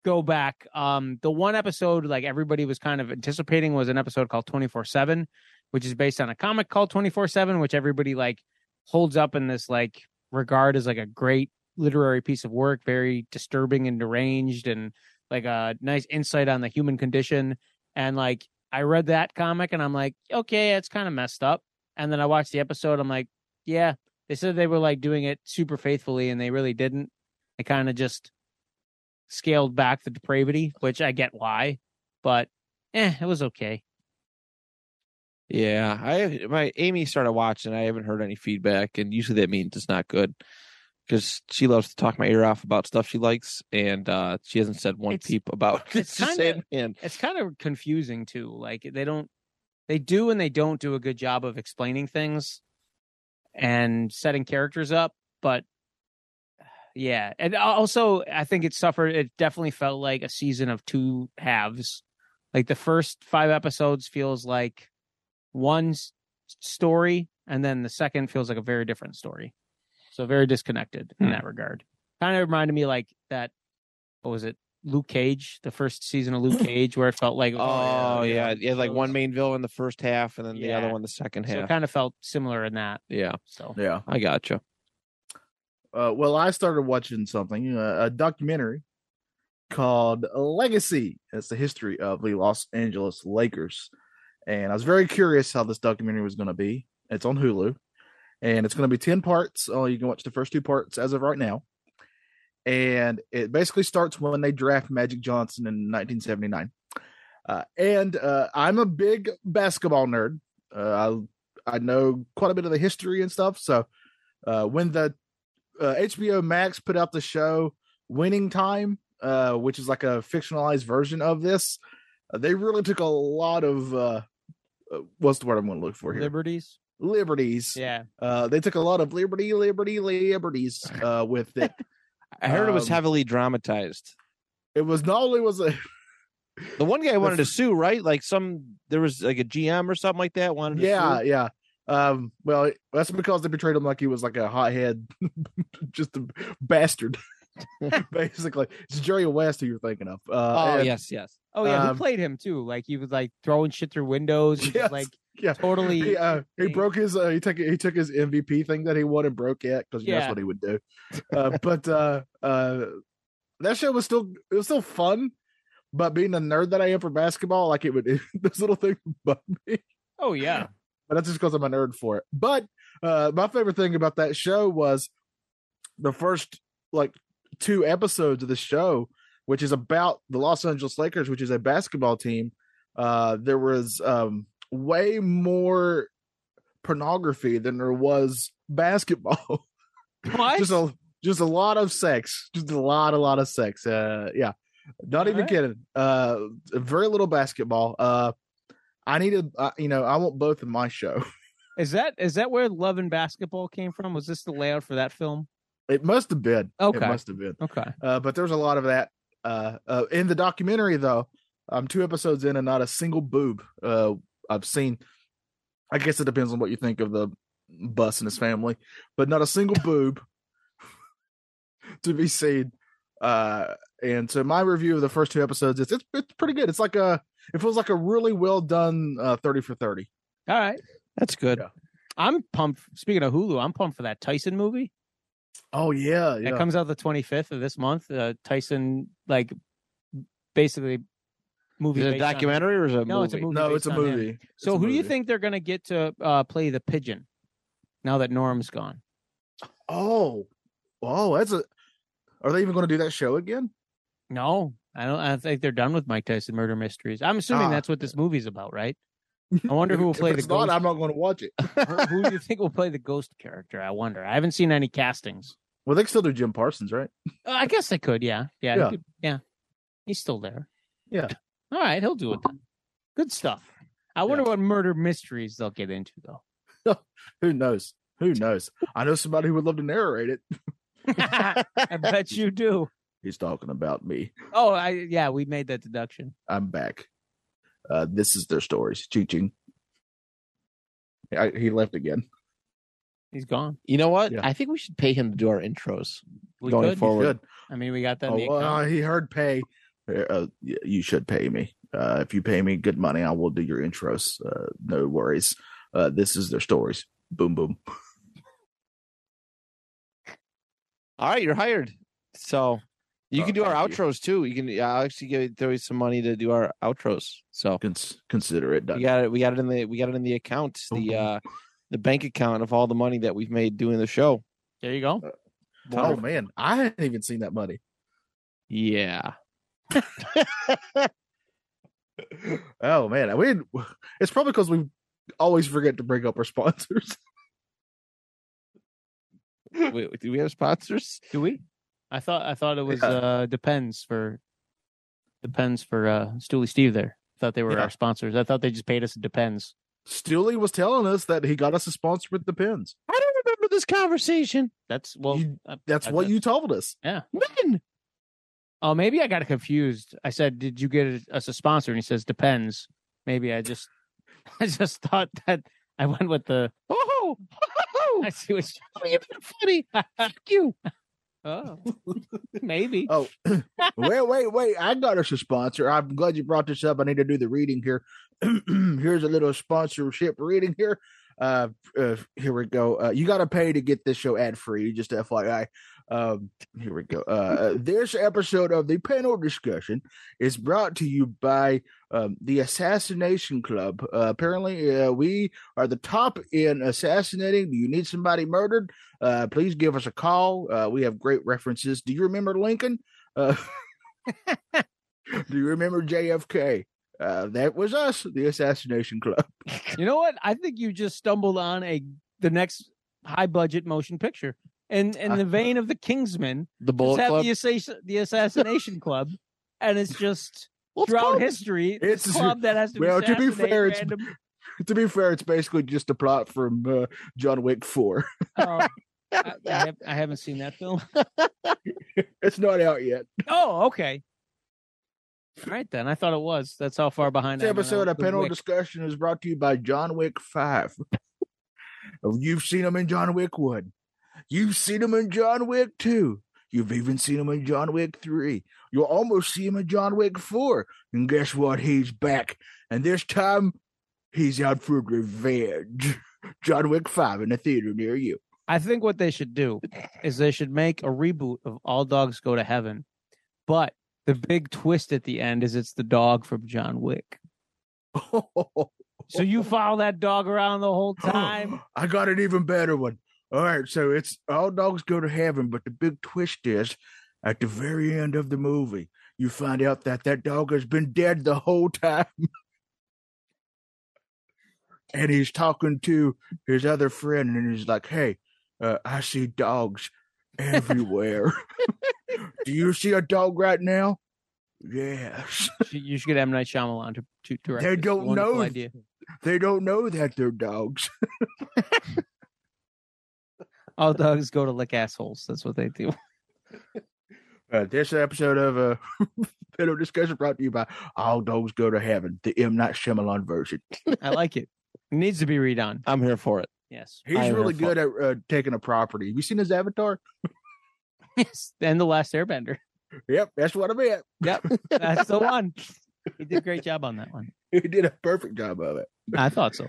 Speaker 1: go back. Um, the one episode like everybody was kind of anticipating was an episode called 24 7, which is based on a comic called 24 7, which everybody like holds up in this like regard as like a great literary piece of work, very disturbing and deranged and like a nice insight on the human condition. And like I read that comic and I'm like, okay, it's kind of messed up. And then I watched the episode, I'm like, yeah. They said they were like doing it super faithfully and they really didn't. They kind of just scaled back the depravity, which I get why, but eh, it was okay.
Speaker 4: yeah, I my Amy started watching. I haven't heard any feedback, and usually that means it's not good because she loves to talk my ear off about stuff she likes, and uh she hasn't said one
Speaker 1: It's-
Speaker 4: peep about
Speaker 1: it's
Speaker 4: just
Speaker 1: kinda-
Speaker 4: Sandman.
Speaker 1: It's kind of confusing too. Like they don't, they do and they don't do a good job of explaining things and setting characters up, but yeah. And also, I think it suffered, it definitely felt like a season of two halves. Like the first five episodes feels like one s- story, and then the second feels like a very different story. So very disconnected in
Speaker 4: Hmm.
Speaker 1: that regard. Kind of reminded me like that. What was it? Luke Cage, the first season of Luke Cage, where it felt like
Speaker 4: Oh, yeah, yeah, like
Speaker 1: Those-
Speaker 4: one main villain the first half, and then the other
Speaker 1: Yeah.
Speaker 4: one the second
Speaker 1: So
Speaker 4: half.
Speaker 1: it kind of felt similar in that.
Speaker 4: yeah,
Speaker 1: So
Speaker 3: Yeah.
Speaker 4: I gotcha.
Speaker 3: Uh, well, I started watching something, uh, a documentary called Legacy. That's the history of the Los Angeles Lakers. And I was very curious how this documentary was going to be. It's on Hulu and it's going to be 10 parts. Oh, you can watch the first two parts as of right now. And it basically starts when they draft Magic Johnson in 1979. Uh, and uh, I'm a big basketball nerd. Uh, I, I know quite a bit of the history and stuff. So uh, when the uh, HBO Max put out the show Winning Time, uh, which is like a fictionalized version of this. Uh, they really took a lot of uh, uh, what's the word I'm going to look for here?
Speaker 1: liberties.
Speaker 3: liberties.
Speaker 1: Yeah.
Speaker 3: Uh, they took a lot of liberty, liberty, liberties uh, with it.
Speaker 4: I heard it was
Speaker 3: Um,
Speaker 4: heavily dramatized.
Speaker 3: it was not only was it,
Speaker 4: The one guy wanted to
Speaker 3: f-
Speaker 4: sue, right? Like some there was like a GM or something like that wanted to
Speaker 3: yeah,
Speaker 4: sue.
Speaker 3: yeah. Um, well, that's because they portrayed him like he was like a hothead, just a bastard, basically. It's Jerry West who you're thinking of. Uh,
Speaker 4: Oh
Speaker 3: and-
Speaker 4: yes, yes.
Speaker 1: Oh yeah,
Speaker 3: Um,
Speaker 1: who played him too? Like he was like throwing shit through windows, and just,
Speaker 3: Yes.
Speaker 1: like
Speaker 3: Yeah.
Speaker 1: Totally.
Speaker 3: He, uh, he
Speaker 1: thing.
Speaker 3: broke his uh, he took he took his MVP thing that he won and broke it because that's
Speaker 1: Yeah.
Speaker 3: what he would do. Uh, but uh, uh, that show was still it was still fun, but being the nerd that I am for basketball, like it would those little things bug me.
Speaker 1: oh yeah.
Speaker 3: But that's just because I'm a nerd for it. But uh, my favorite thing about that show was the first like two episodes of the show, which is about the Los Angeles Lakers, which is a basketball team. Uh, there was um, way more pornography than there was basketball.
Speaker 1: What?
Speaker 3: just a just a lot of sex. Just a lot, a lot of sex. Uh, yeah, not even
Speaker 1: Alright.
Speaker 3: kidding. Uh, very little basketball. Uh, I need to, uh, you know, I want both in my show.
Speaker 1: Is that is that where Love and Basketball came from? Was this the layout for that film?
Speaker 3: It must have been.
Speaker 1: Okay.
Speaker 3: It must have been.
Speaker 1: Okay.
Speaker 3: Uh, but there's a lot of that. Uh, uh, in the documentary, though, I'm two episodes in and not a single boob uh, I've seen. I guess it depends on what you think of the bus and his family, but not a single boob to be seen. Uh, and so my review of the first two episodes is it's, it's pretty good. It's like a it feels like a really well done uh, thirty for thirty.
Speaker 1: All right.
Speaker 4: That's good.
Speaker 3: Yeah.
Speaker 1: I'm pumped. Speaking of Hulu, I'm pumped for that Tyson movie
Speaker 3: Oh yeah, yeah.
Speaker 1: that comes out the 25th of this month. Uh, Tyson, like, basically, movie.
Speaker 4: Is it a
Speaker 1: based on-
Speaker 4: documentary or is it a
Speaker 1: No,
Speaker 4: movie?
Speaker 1: it's a movie.
Speaker 3: no, it's a
Speaker 1: based on him.
Speaker 3: movie.
Speaker 1: So,
Speaker 3: It's a
Speaker 1: who do you
Speaker 3: movie.
Speaker 1: think they're going to get to uh, play the pigeon now that Norm's gone?
Speaker 3: Oh, oh, that's a. Are they even going to do that show again?
Speaker 1: No, I don't. I think they're done with Mike Tyson murder mysteries. I'm assuming
Speaker 3: Ah.
Speaker 1: that's what this movie's about, right? I wonder
Speaker 3: If-
Speaker 1: who will
Speaker 3: if
Speaker 1: play the
Speaker 3: it's not,
Speaker 1: ghost.
Speaker 3: I'm not going to watch it.
Speaker 1: who- who do you think will play the ghost character? I wonder. I haven't seen any castings.
Speaker 3: Well, they can still do Jim Parsons, right?
Speaker 1: Uh, I guess they could. Yeah, yeah, he
Speaker 3: Yeah.
Speaker 1: could- yeah. He's still there.
Speaker 3: Yeah.
Speaker 1: All right, he'll do it. Then. Good stuff. I wonder what murder mysteries they'll get into though.
Speaker 3: Who knows? Who knows? I know somebody who would love to narrate it.
Speaker 1: I bet you do.
Speaker 3: He's talking about me.
Speaker 1: Oh, I yeah, we made that deduction.
Speaker 3: I'm back. Uh, this is their stories. Ching ching. I, he left again.
Speaker 1: He's gone.
Speaker 4: You know what?
Speaker 3: Yeah.
Speaker 4: I think we should pay him to do our intros
Speaker 1: We
Speaker 4: going
Speaker 1: could.
Speaker 4: forward.
Speaker 3: Good.
Speaker 1: I mean, we got that. in the
Speaker 3: Oh,
Speaker 1: account.
Speaker 3: uh, he heard pay. Uh, y- you should pay me. Uh, if you pay me good money, I will do your intros. Uh, no worries. Uh, this is their stories. Boom boom.
Speaker 4: All right, you're hired. So you
Speaker 3: Oh,
Speaker 4: can do our
Speaker 3: thank you.
Speaker 4: outros too. You can I'll actually give throw you some money to do our outros. So
Speaker 3: Cons- consider it
Speaker 4: we
Speaker 3: done.
Speaker 4: got it. We got it in the we got it in the account, the uh the bank account of all the money that we've made doing the show.
Speaker 1: there you go.
Speaker 3: Oh man, I hadn't even seen that money.
Speaker 4: Yeah.
Speaker 3: Oh man, we it's probably because we always forget to bring up our sponsors.
Speaker 4: Wait, do we have sponsors?
Speaker 1: Do we? I thought I thought it was
Speaker 3: Yeah.
Speaker 1: uh depends for depends for uh Stooley Steve there. Thought they were
Speaker 3: Yeah.
Speaker 1: our sponsors. I thought they just paid us depends.
Speaker 3: Stooley was telling us that he got us a sponsor with the pins.
Speaker 4: I don't remember this conversation.
Speaker 1: That's well
Speaker 3: You-
Speaker 1: uh,
Speaker 3: That's
Speaker 1: I
Speaker 3: what
Speaker 1: guess-
Speaker 3: you told us.
Speaker 4: When?
Speaker 1: Oh, maybe I got confused. I said, "Did you get us a sponsor?" And he says, "Depends." Maybe I just, I just thought that I went with the.
Speaker 4: Oh,
Speaker 1: I see what
Speaker 4: oh, you've been funny.
Speaker 1: you.
Speaker 4: Fuck you.
Speaker 1: Oh, maybe.
Speaker 3: Oh, wait, wait, wait. I got us a sponsor. I'm glad you brought this up. I need to do the reading here. Here's a little sponsorship reading here. Uh, uh here we go. Uh, you got to pay to get this show ad free. Just FYI. Um, here we go. Uh, this episode of the panel discussion is brought to you by um, the Assassination Club. Uh, apparently, uh, we are the top in assassinating. Do you need somebody murdered? Uh, please give us a call. Uh, we have great references. Do you remember Lincoln? Uh, do you remember JFK? Uh, that was us, the Assassination Club.
Speaker 1: You know what? I think you just stumbled on a the next high budget motion picture, and in the vein of the Kingsman,
Speaker 4: The
Speaker 1: just
Speaker 4: Bullet
Speaker 1: have
Speaker 4: Club.
Speaker 1: the, assas- the assassination club, and it's just
Speaker 4: Let's
Speaker 1: throughout
Speaker 4: call it-
Speaker 1: history,
Speaker 3: It's-
Speaker 1: it's club that has to
Speaker 3: well, to be
Speaker 1: assassinate
Speaker 3: fair, it's-
Speaker 1: random
Speaker 3: To be fair, it's basically just a plot from uh, John Wick 4.
Speaker 1: Um, I, I, have, I haven't seen that film.
Speaker 3: It's not out yet.
Speaker 1: Oh, okay. All right then. I thought it was. That's how far behind.
Speaker 3: This
Speaker 1: I am on
Speaker 3: episode of
Speaker 1: the
Speaker 3: Panel
Speaker 1: Wick.
Speaker 3: Discussion is brought to you by John Wick 5. Oh, You've seen him in John Wick 1. You've seen him in John Wick 2. You've even seen him in John Wick 3. You'll almost see him in John Wick 4. And guess what? He's back. And this time, He's out for revenge. John Wick 5 in a theater near you.
Speaker 1: I think what they should do is they should make a reboot of All Dogs Go to Heaven, but the big twist at the end is it's the dog from John Wick. So you follow that dog around the whole time.
Speaker 3: I got an even better one. All right, so it's all dogs go to heaven, but the big twist is at the very end of the movie, you find out that that dog has been dead the whole time. and he's talking to his other friend, and he's like, Hey, uh, I see dogs everywhere. Do you see a dog right now? Yes.
Speaker 1: you should get M Night Shyamalan to, to direct.
Speaker 3: They
Speaker 1: this
Speaker 3: don't
Speaker 1: wonderful
Speaker 3: know.
Speaker 1: Idea.
Speaker 3: They don't know that they're dogs.
Speaker 1: All dogs go to lick assholes. That's what they do.
Speaker 3: Uh, this episode of uh, Pillow Discussion brought to you by All Dogs Go to Heaven, the M. Night Shyamalan version.
Speaker 1: I like it. It needs to be redone.
Speaker 4: I'm here for it.
Speaker 1: Yes.
Speaker 3: He's
Speaker 4: I
Speaker 3: really
Speaker 4: have
Speaker 3: good at uh, taking a property. Have you seen his avatar?
Speaker 1: Yes. And the last airbender.
Speaker 3: Yep, that's what I meant.
Speaker 1: That's the one. He did a great job on that one.
Speaker 3: He did a perfect job of it.
Speaker 1: I thought so.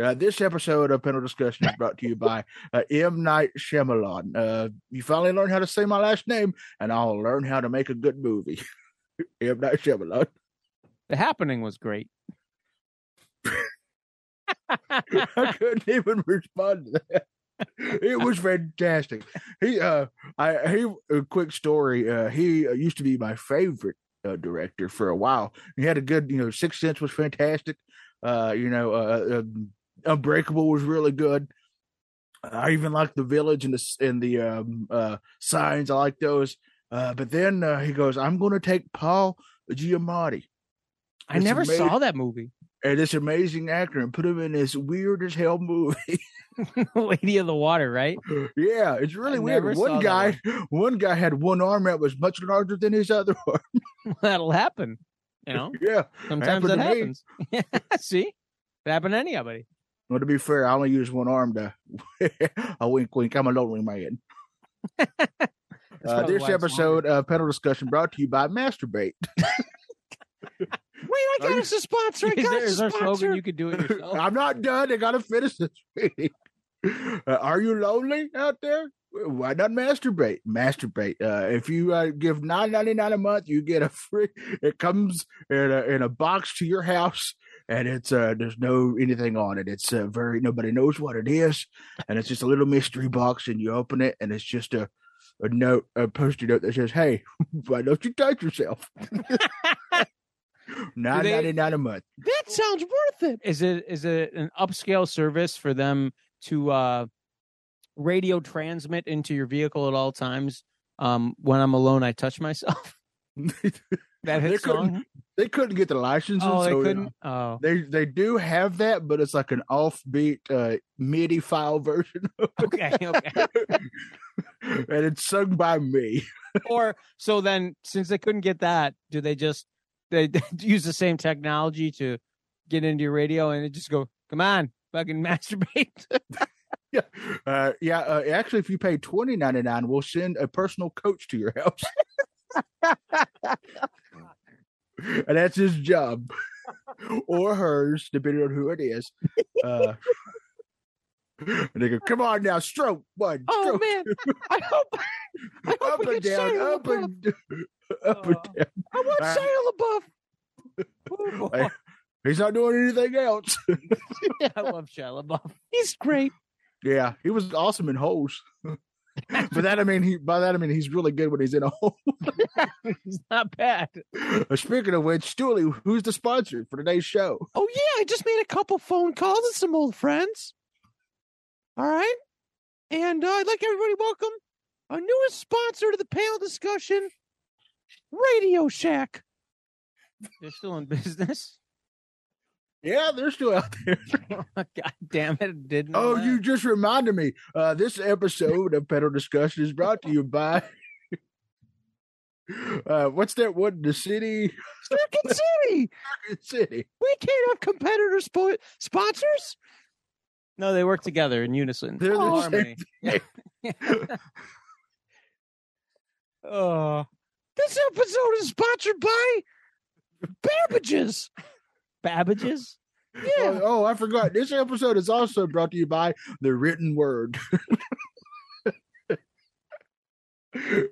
Speaker 3: Uh, this episode of Panel Discussion is brought to you by uh, M. Night Shyamalan. Uh, you finally learn how to say my last name, and I'll learn how to make a good movie. M. Night Shyamalan.
Speaker 1: The happening was great.
Speaker 3: I couldn't even respond to that. It was fantastic. He, uh, I, he, a quick story. Uh, he uh, used to be my favorite uh, director for a while. He had a good, you know, Sixth Sense was fantastic. Uh, you know, uh, um, Unbreakable was really good. I even liked The Village and the s- and the um, uh, Signs. I like those. Uh, but then uh, he goes, "I'm going to take Paul Giamatti."
Speaker 1: I
Speaker 3: It's
Speaker 1: never
Speaker 3: amazing.
Speaker 1: saw that movie.
Speaker 3: And this amazing actor, and put him in this weird as hell movie.
Speaker 1: Lady of the Water, right?
Speaker 3: Yeah, it's really
Speaker 1: never
Speaker 3: weird.
Speaker 1: saw that
Speaker 3: One guy, one guy had one arm that was much larger than his other arm.
Speaker 1: That'll happen. You know,
Speaker 3: Yeah.
Speaker 1: sometimes that
Speaker 3: Happened to me.
Speaker 1: happens. See, it happened to anybody.
Speaker 3: Well, to be fair, I only use one arm to a wink, wink. I'm a lonely man.
Speaker 1: That's
Speaker 3: Uh,
Speaker 1: probably
Speaker 3: this
Speaker 1: why it's longer.
Speaker 3: episode of Pedal Discussion brought to you by Masturbate.
Speaker 4: Wait, I
Speaker 3: Are
Speaker 4: got
Speaker 3: you-
Speaker 4: us a sponsor. I
Speaker 1: is
Speaker 4: got
Speaker 1: there,
Speaker 4: us
Speaker 1: is
Speaker 4: a
Speaker 1: our slogan?
Speaker 4: sponsor.
Speaker 1: You could do it yourself.
Speaker 3: I'm not done. I gotta finish this. reading. Uh, are you lonely out there? Why not masturbate? Masturbate. Uh, if you uh, give nine ninety nine a month, you get a free. It comes in a in a box to your house, and it's uh there's no anything on it. It's uh, very nobody knows what it is, and it's just a little mystery box. And you open it, and it's just a a note, a post-it note that says, "Hey, why don't you touch yourself?" Nine ninety nine a month.
Speaker 4: That sounds worth it.
Speaker 1: Is it is it an upscale service for them to uh, radio transmit into your vehicle at all times? Um, when I'm alone, I touch myself. That
Speaker 3: They
Speaker 1: hit
Speaker 3: couldn't-
Speaker 1: song.
Speaker 3: they couldn't get the licenses.
Speaker 1: Oh, they
Speaker 3: so it-
Speaker 1: couldn't. Oh,
Speaker 3: They they do have that, but it's like an offbeat uh, MIDI file version,
Speaker 1: okay, okay.
Speaker 3: and it's sung by me.
Speaker 1: or so then since they couldn't get that do they just they, they use the same technology to get into your radio and it just go come on fucking masturbate
Speaker 3: Yeah, uh, yeah. Uh, actually, if you pay twenty ninety nine, we'll send a personal coach to your house, and that's his job or hers, depending on who it is. Uh, and they go, "Come on now, stroke one,
Speaker 4: Oh
Speaker 3: stroke
Speaker 4: man, I hope I hope
Speaker 3: up
Speaker 4: we
Speaker 3: and
Speaker 4: get
Speaker 3: down,
Speaker 4: Shia
Speaker 3: up
Speaker 4: LaBeouf.
Speaker 3: and up and
Speaker 4: Oh.
Speaker 3: down."
Speaker 4: I want
Speaker 3: Uh,
Speaker 4: Shia LaBeouf.
Speaker 1: Ooh,
Speaker 3: Hey, He's not doing anything else.
Speaker 1: i love Shia LaBeouf.
Speaker 4: He's great.
Speaker 3: Yeah, he was awesome in holes. but that I mean, he by that I mean he's really good when he's in a hole.
Speaker 1: he's not bad
Speaker 3: Uh, Speaking of which, Stooley, who's the sponsor for today's show?
Speaker 4: Oh yeah, I just made a couple phone calls to some old friends. All right, and uh, I'd like everybody to welcome our newest sponsor to the panel discussion, Radio Shack.
Speaker 1: they're still in business
Speaker 3: Yeah, they're still out there.
Speaker 1: god damn it I didn't know
Speaker 3: Oh,
Speaker 1: that.
Speaker 3: you just reminded me. Uh, this episode of Pedal Discussion is brought to you by. Uh, what's that one? in The city,
Speaker 4: Circuit City.
Speaker 3: city.
Speaker 4: We can't have competitor spo- sponsors.
Speaker 1: no they work together in unison
Speaker 3: They're the
Speaker 1: Oh,
Speaker 3: same
Speaker 1: harmony. oh
Speaker 4: This episode is sponsored by Babbage's.
Speaker 1: babbages
Speaker 3: Oh, oh, I forgot. This episode is also brought to you by the written word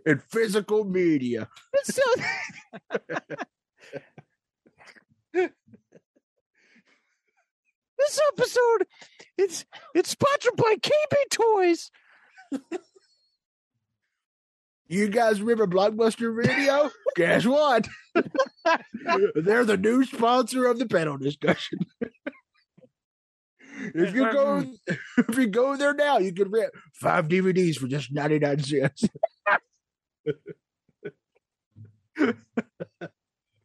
Speaker 3: and physical media.
Speaker 1: So
Speaker 2: This episode, it's it's sponsored by KB Toys.
Speaker 3: You guys remember Blockbuster Video? Guess what? They're the new sponsor of the panel discussion. if you go, if you go there now, you can rent five DVDs for just ninety nine cents.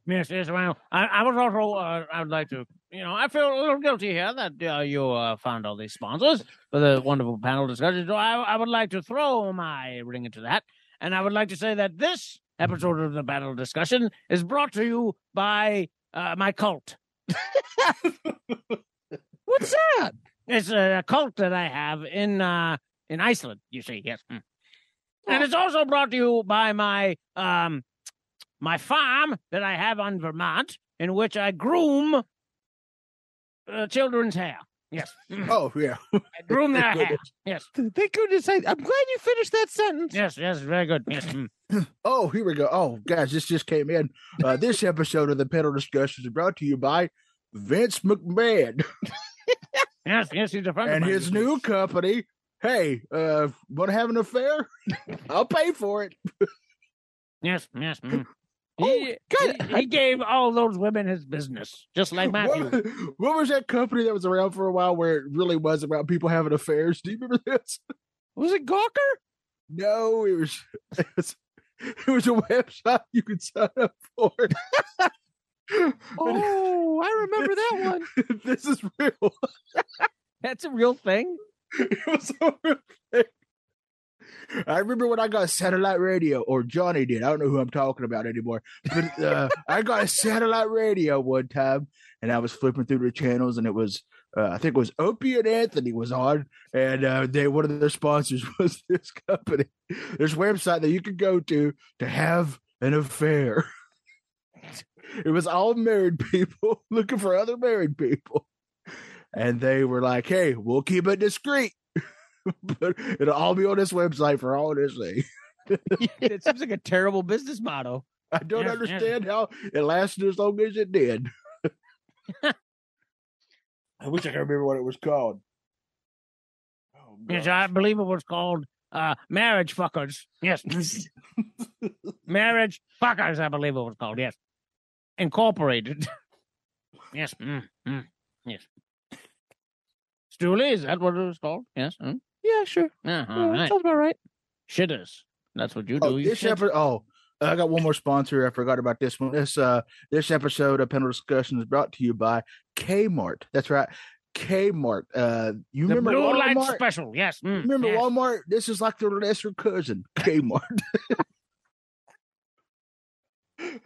Speaker 2: Yes, yes, well, I, I was also, uh, I would like to, you know, I feel a little guilty here that uh, you uh, found all these sponsors for the wonderful panel discussion. So I, I would like to throw my ring into that. And I would like to say that this episode of the panel discussion is brought to you by uh, my cult. What's that? It's a, cult that I have in uh, in Iceland, you see, yes. Mm. And it's also brought to you by my um, my farm that I have on Vermont, in which I groom uh, children's hair. Yes, I
Speaker 3: Oh yeah,
Speaker 2: groom their hair. Yes,
Speaker 1: they could decide. I'm glad you finished that sentence.
Speaker 2: yes, yes, very good. Yes, mm.
Speaker 3: Oh, here we go. Oh, guys, this just came in. Uh, this episode of the panel discussion is brought to you by Vince McMahon
Speaker 2: yes, yes, he's a friend of
Speaker 3: and
Speaker 2: mine.
Speaker 3: his new company. Hey, uh, want to have an affair? I'll pay for it.
Speaker 2: Yes, yes. mm.
Speaker 1: Oh,
Speaker 2: He-
Speaker 1: God,
Speaker 2: he, he gave all those women his business, just like Matthew.
Speaker 3: What, what was that company that was around for a while where it really was about people having affairs? Do you remember this?
Speaker 1: Was it Gawker?
Speaker 3: No, it was it was, it was a website you could sign up for.
Speaker 1: Oh, I remember that one.
Speaker 3: this is real.
Speaker 1: That's a real thing.
Speaker 3: It was so ridiculous. I remember when I got satellite radio, or Johnny did. I don't know who I'm talking about anymore. But uh, I got a satellite radio one time, and I was flipping through the channels, and it was, uh, I think it was Opie and Anthony was on, and uh, they one of their sponsors was this company, this website that you could go to to have an affair. It was all married people looking for other married people, and they were like, "Hey, we'll keep it discreet." but it'll all be on this website for all this thing.
Speaker 1: It seems like a terrible business motto.
Speaker 3: I don't
Speaker 2: Yeah, yeah.
Speaker 3: understand how it lasted as long as it did. I wish I could remember what it was called. Oh,
Speaker 2: Yes,
Speaker 3: gosh.
Speaker 2: I believe it was called uh, marriage fuckers. Yes, marriage fuckers. I believe it was called. Yes, incorporated. yes, mm, mm, yes. Stooley, is that what it was called? Yes. Mm?
Speaker 1: Yeah, sure.
Speaker 2: Yeah,
Speaker 1: Yeah,
Speaker 2: all right.
Speaker 1: Sounds about right.
Speaker 2: Shitters. That's what you do.
Speaker 3: Oh,
Speaker 2: you
Speaker 3: this
Speaker 2: shit.
Speaker 3: episode. Oh, I got one more sponsor. I forgot about this one. This uh, this episode of Panel Discussion is brought to you by Kmart. That's right, Kmart. Uh, you
Speaker 2: the
Speaker 3: remember
Speaker 2: blue light
Speaker 3: Walmart?
Speaker 2: special. Yes. mm,
Speaker 3: Remember
Speaker 2: yes.
Speaker 3: Walmart? This is like their lesser cousin, Kmart.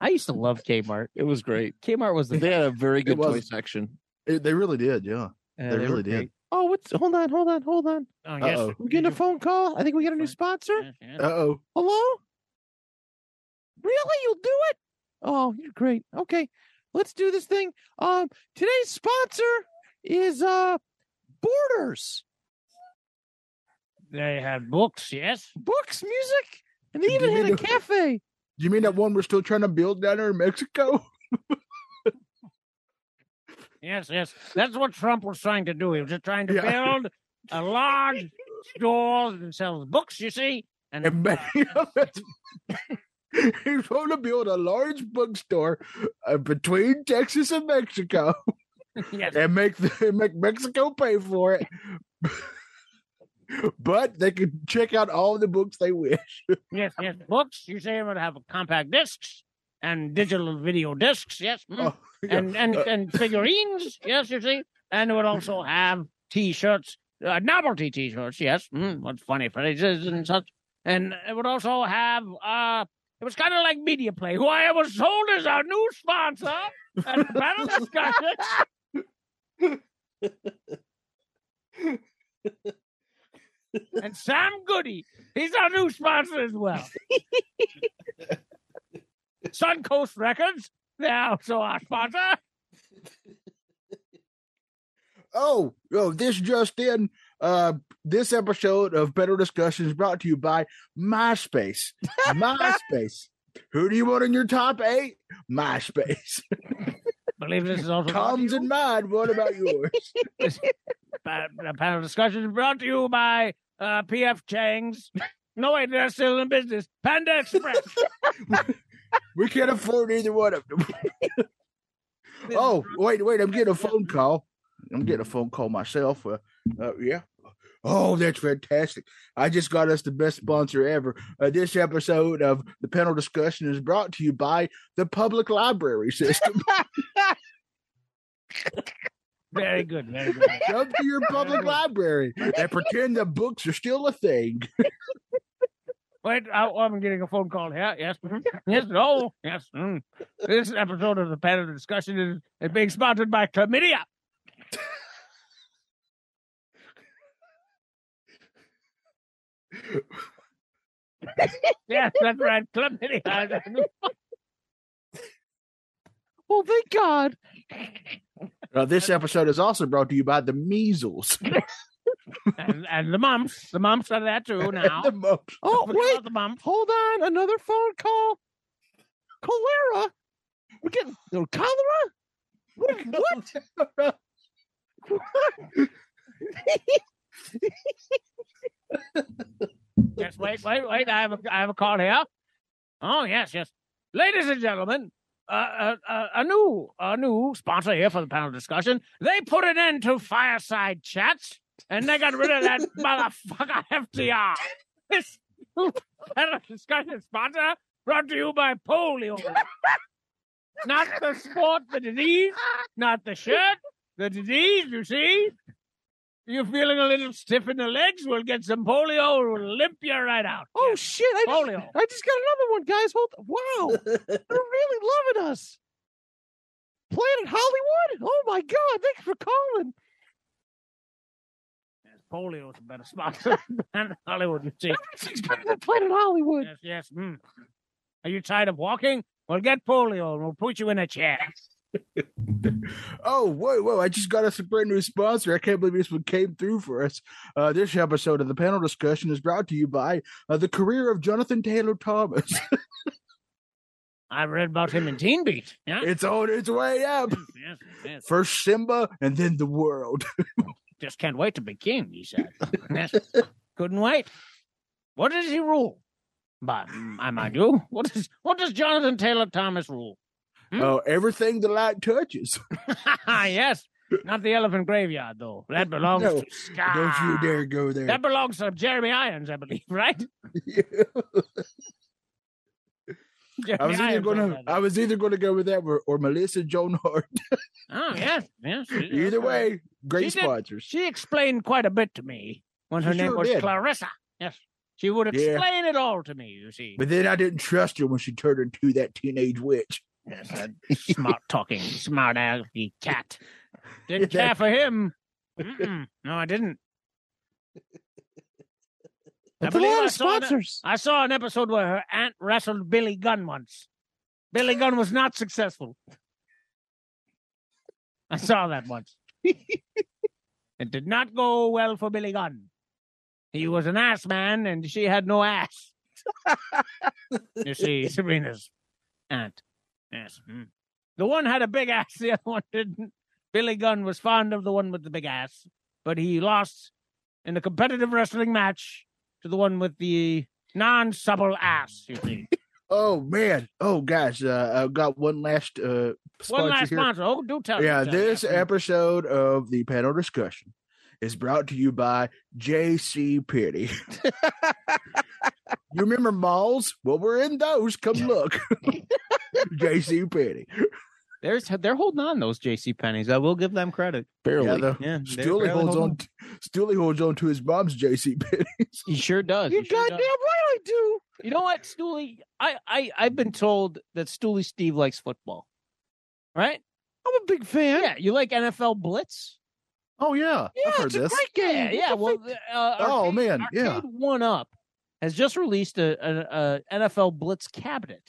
Speaker 1: I used to love Kmart.
Speaker 5: It was great.
Speaker 1: Kmart was the
Speaker 5: They had a very good toy
Speaker 3: was.
Speaker 5: section.
Speaker 3: It- they really did, yeah.
Speaker 1: Yeah,
Speaker 3: they
Speaker 1: Uh, were
Speaker 3: really did.
Speaker 1: great. Oh, what's hold on, hold on, hold on.
Speaker 2: Oh, yes.
Speaker 3: Uh-oh.
Speaker 1: We're getting a phone call. I think we got a new sponsor.
Speaker 2: Yes, yes.
Speaker 3: Uh oh.
Speaker 1: Hello? Really? You'll do it? Oh, you're great. Okay. Let's do this thing. Um today's sponsor is uh Borders.
Speaker 2: They had books. Yes.
Speaker 1: Books, music, and they
Speaker 3: Did
Speaker 1: even
Speaker 3: we
Speaker 1: had a
Speaker 3: do-
Speaker 1: cafe.
Speaker 3: You mean that one we're still trying to build down there in Mexico?
Speaker 2: Yes. Yes. That's what Trump was trying to do. He was just trying to
Speaker 3: Yeah.
Speaker 2: build a large store that sells books. You see. And,
Speaker 3: And man, you know, that's- he's trying to build a large bookstore uh, between Texas and Mexico,
Speaker 2: yes,
Speaker 3: and make the, make Mexico pay for it. but they can check out all the books they wish.
Speaker 2: yes, yes. Books. You say it would have compact discs and digital video discs. Yes. mm.
Speaker 3: Oh, yeah.
Speaker 2: and and
Speaker 3: Uh,
Speaker 2: and figurines. yes, you see, and it would also have T-shirts, uh, novelty T-shirts. Yes, mm, what funny phrases and such. And it would also have. uh It was kind of like Media Play, who I was told is our new sponsor and panel discussion. and Sam Goody, he's our new sponsor as well. Suncoast Records, They're also our sponsor.
Speaker 3: Oh, oh, this just in. Uh, this episode of Better Discussions brought to you by MySpace. MySpace. Who do you want in your top eight? MySpace.
Speaker 2: Believe this is also brought to
Speaker 3: Comes
Speaker 2: you
Speaker 3: in mind. What about yours?
Speaker 2: by- the panel discussion brought to you by uh, PF Chang's. No, wait, they're still in business. Panda Express.
Speaker 3: We can't afford either one of them. oh, wait, wait. I'm getting a phone call. I'm getting a phone call myself. Uh, uh, yeah. Oh, that's fantastic. I just got us the best sponsor ever. Uh, this episode of the panel discussion is brought to you by the public library system.
Speaker 2: very good, very good.
Speaker 3: Come to your public library and pretend the books are still a thing.
Speaker 2: Wait, I, oh, I'm getting a phone call here. Yes, mhm. yes, no, yes. mm. This episode of the panel discussion is, is being sponsored by Chlamydia. yes, that's right, Chlamydia.
Speaker 1: Well, thank God.
Speaker 3: Uh, this episode is also brought to you by the measles.
Speaker 2: and, and the mumps, the mumps are there too now.
Speaker 3: The mumps.
Speaker 1: Oh,
Speaker 2: Forgot
Speaker 1: wait.
Speaker 2: the mumps.
Speaker 1: Hold on. Another phone call. Cholera. We're getting no cholera. What? what?
Speaker 2: Yes, wait, wait, wait. I have a, I have a call here. Oh yes, yes. Ladies and gentlemen, uh, uh, uh, a new a new sponsor here for the panel discussion. They put an end to fireside chats, and they got rid of that motherfucker FDR. This panel discussion sponsor brought to you by polio. Not the sport, the disease. Not the shirt, the disease. You see. You're feeling a little stiff in the legs? We'll get some polio. We'll limp you right out.
Speaker 1: Oh shit! I just,
Speaker 2: polio.
Speaker 1: I just got another one, guys. Hold. Wow, they're really loving us. Planet Hollywood. Oh my God! Thanks for calling.
Speaker 2: Yes, polio is a better sponsor than Hollywood, you see.
Speaker 1: Everything's better than Planet Hollywood.
Speaker 2: Yes, yes. Mm. Are you tired of walking? Well, get polio and we'll put you in a chair.
Speaker 3: Oh, whoa, whoa. I just got us a brand new sponsor. I can't believe this one came through for us. Uh, this episode of the panel discussion is brought to you by uh, the career of Jonathan Taylor Thomas.
Speaker 2: I read about him in Teen Beat. Yeah.
Speaker 3: it's on its way up.
Speaker 2: Mm, yes, yes.
Speaker 3: First Simba and then the world.
Speaker 2: Just can't wait to be king, he said. Yes. Couldn't wait. What does he rule? But mm, I might do. What is what does Jonathan Taylor Thomas rule? Hmm.
Speaker 3: Oh, everything the light touches.
Speaker 2: yes. Not the elephant graveyard though. That belongs
Speaker 3: No,
Speaker 2: to Scar.
Speaker 3: Don't you dare go there.
Speaker 2: Ah. That belongs to Jeremy Irons, I believe, right?
Speaker 3: I was
Speaker 2: Jeremy
Speaker 3: either
Speaker 2: Irons
Speaker 3: going
Speaker 2: wrote
Speaker 3: to
Speaker 2: that.
Speaker 3: I was either going to go with that or, or Melissa Joan Hart.
Speaker 2: Oh yes, yes. she-
Speaker 3: Either
Speaker 2: okay.
Speaker 3: way, great
Speaker 2: She did-
Speaker 3: sponsors.
Speaker 2: she explained quite a bit to me when her
Speaker 3: She
Speaker 2: name
Speaker 3: sure
Speaker 2: was
Speaker 3: did.
Speaker 2: Clarissa. Yes, she would
Speaker 3: Yeah.
Speaker 2: explain it all to me. You see,
Speaker 3: But then I didn't trust her when she turned into that teenage witch.
Speaker 2: yes, that smart talking, smart alecky cat. Didn't
Speaker 3: Yeah.
Speaker 2: care for him. Mm-mm. No, I didn't. I
Speaker 1: That's a
Speaker 2: believe
Speaker 1: lot
Speaker 2: I
Speaker 1: of
Speaker 2: saw that-
Speaker 1: sponsors.
Speaker 2: I saw an episode where her aunt wrestled Billy Gunn once. Billy Gunn was not successful. I saw that once. it did not go well for Billy Gunn. He was an ass man, and she had no ass. you see, Serena's aunt. Yes. mm. The one had a big ass, the other one didn't. Billy Gunn was fond of the one with the big ass, but he lost in a competitive wrestling match to the one with the non supple ass, you see.
Speaker 3: Oh man! Oh guys, uh, I've got one last uh, sponsor
Speaker 2: One last
Speaker 3: here.
Speaker 2: sponsor. Oh, do tell me,
Speaker 3: Yeah,
Speaker 2: tell me.
Speaker 3: this episode of the panel discussion is brought to you by J.C. Pity. you remember malls? Well, we're in those. Come look, J.C. Pity.
Speaker 1: There's they're holding on those J.C. Pennies. I will give them credit.
Speaker 3: Yeah, the-
Speaker 1: Yeah, they're
Speaker 3: Stooley
Speaker 1: barely
Speaker 3: holds
Speaker 1: holding
Speaker 3: on. Stooley holds on to his mom's J.C. Pity.
Speaker 1: He sure does.
Speaker 2: You
Speaker 1: He sure
Speaker 2: goddamn
Speaker 1: does.
Speaker 2: right I do.
Speaker 1: You know what, Stooley? I I I've been told that Stooley Steve likes football. Right?
Speaker 2: I'm a big fan.
Speaker 1: Yeah, you like NFL Blitz?
Speaker 3: Oh yeah, I've heard
Speaker 1: it's a
Speaker 3: this.
Speaker 1: great game.
Speaker 3: What
Speaker 1: Yeah,
Speaker 3: the
Speaker 1: well,
Speaker 3: fuck?
Speaker 1: uh, uh,
Speaker 3: Oh,
Speaker 1: Arcade-
Speaker 3: man, yeah.
Speaker 1: Arcade One Up has just released a, a, a NFL Blitz cabinet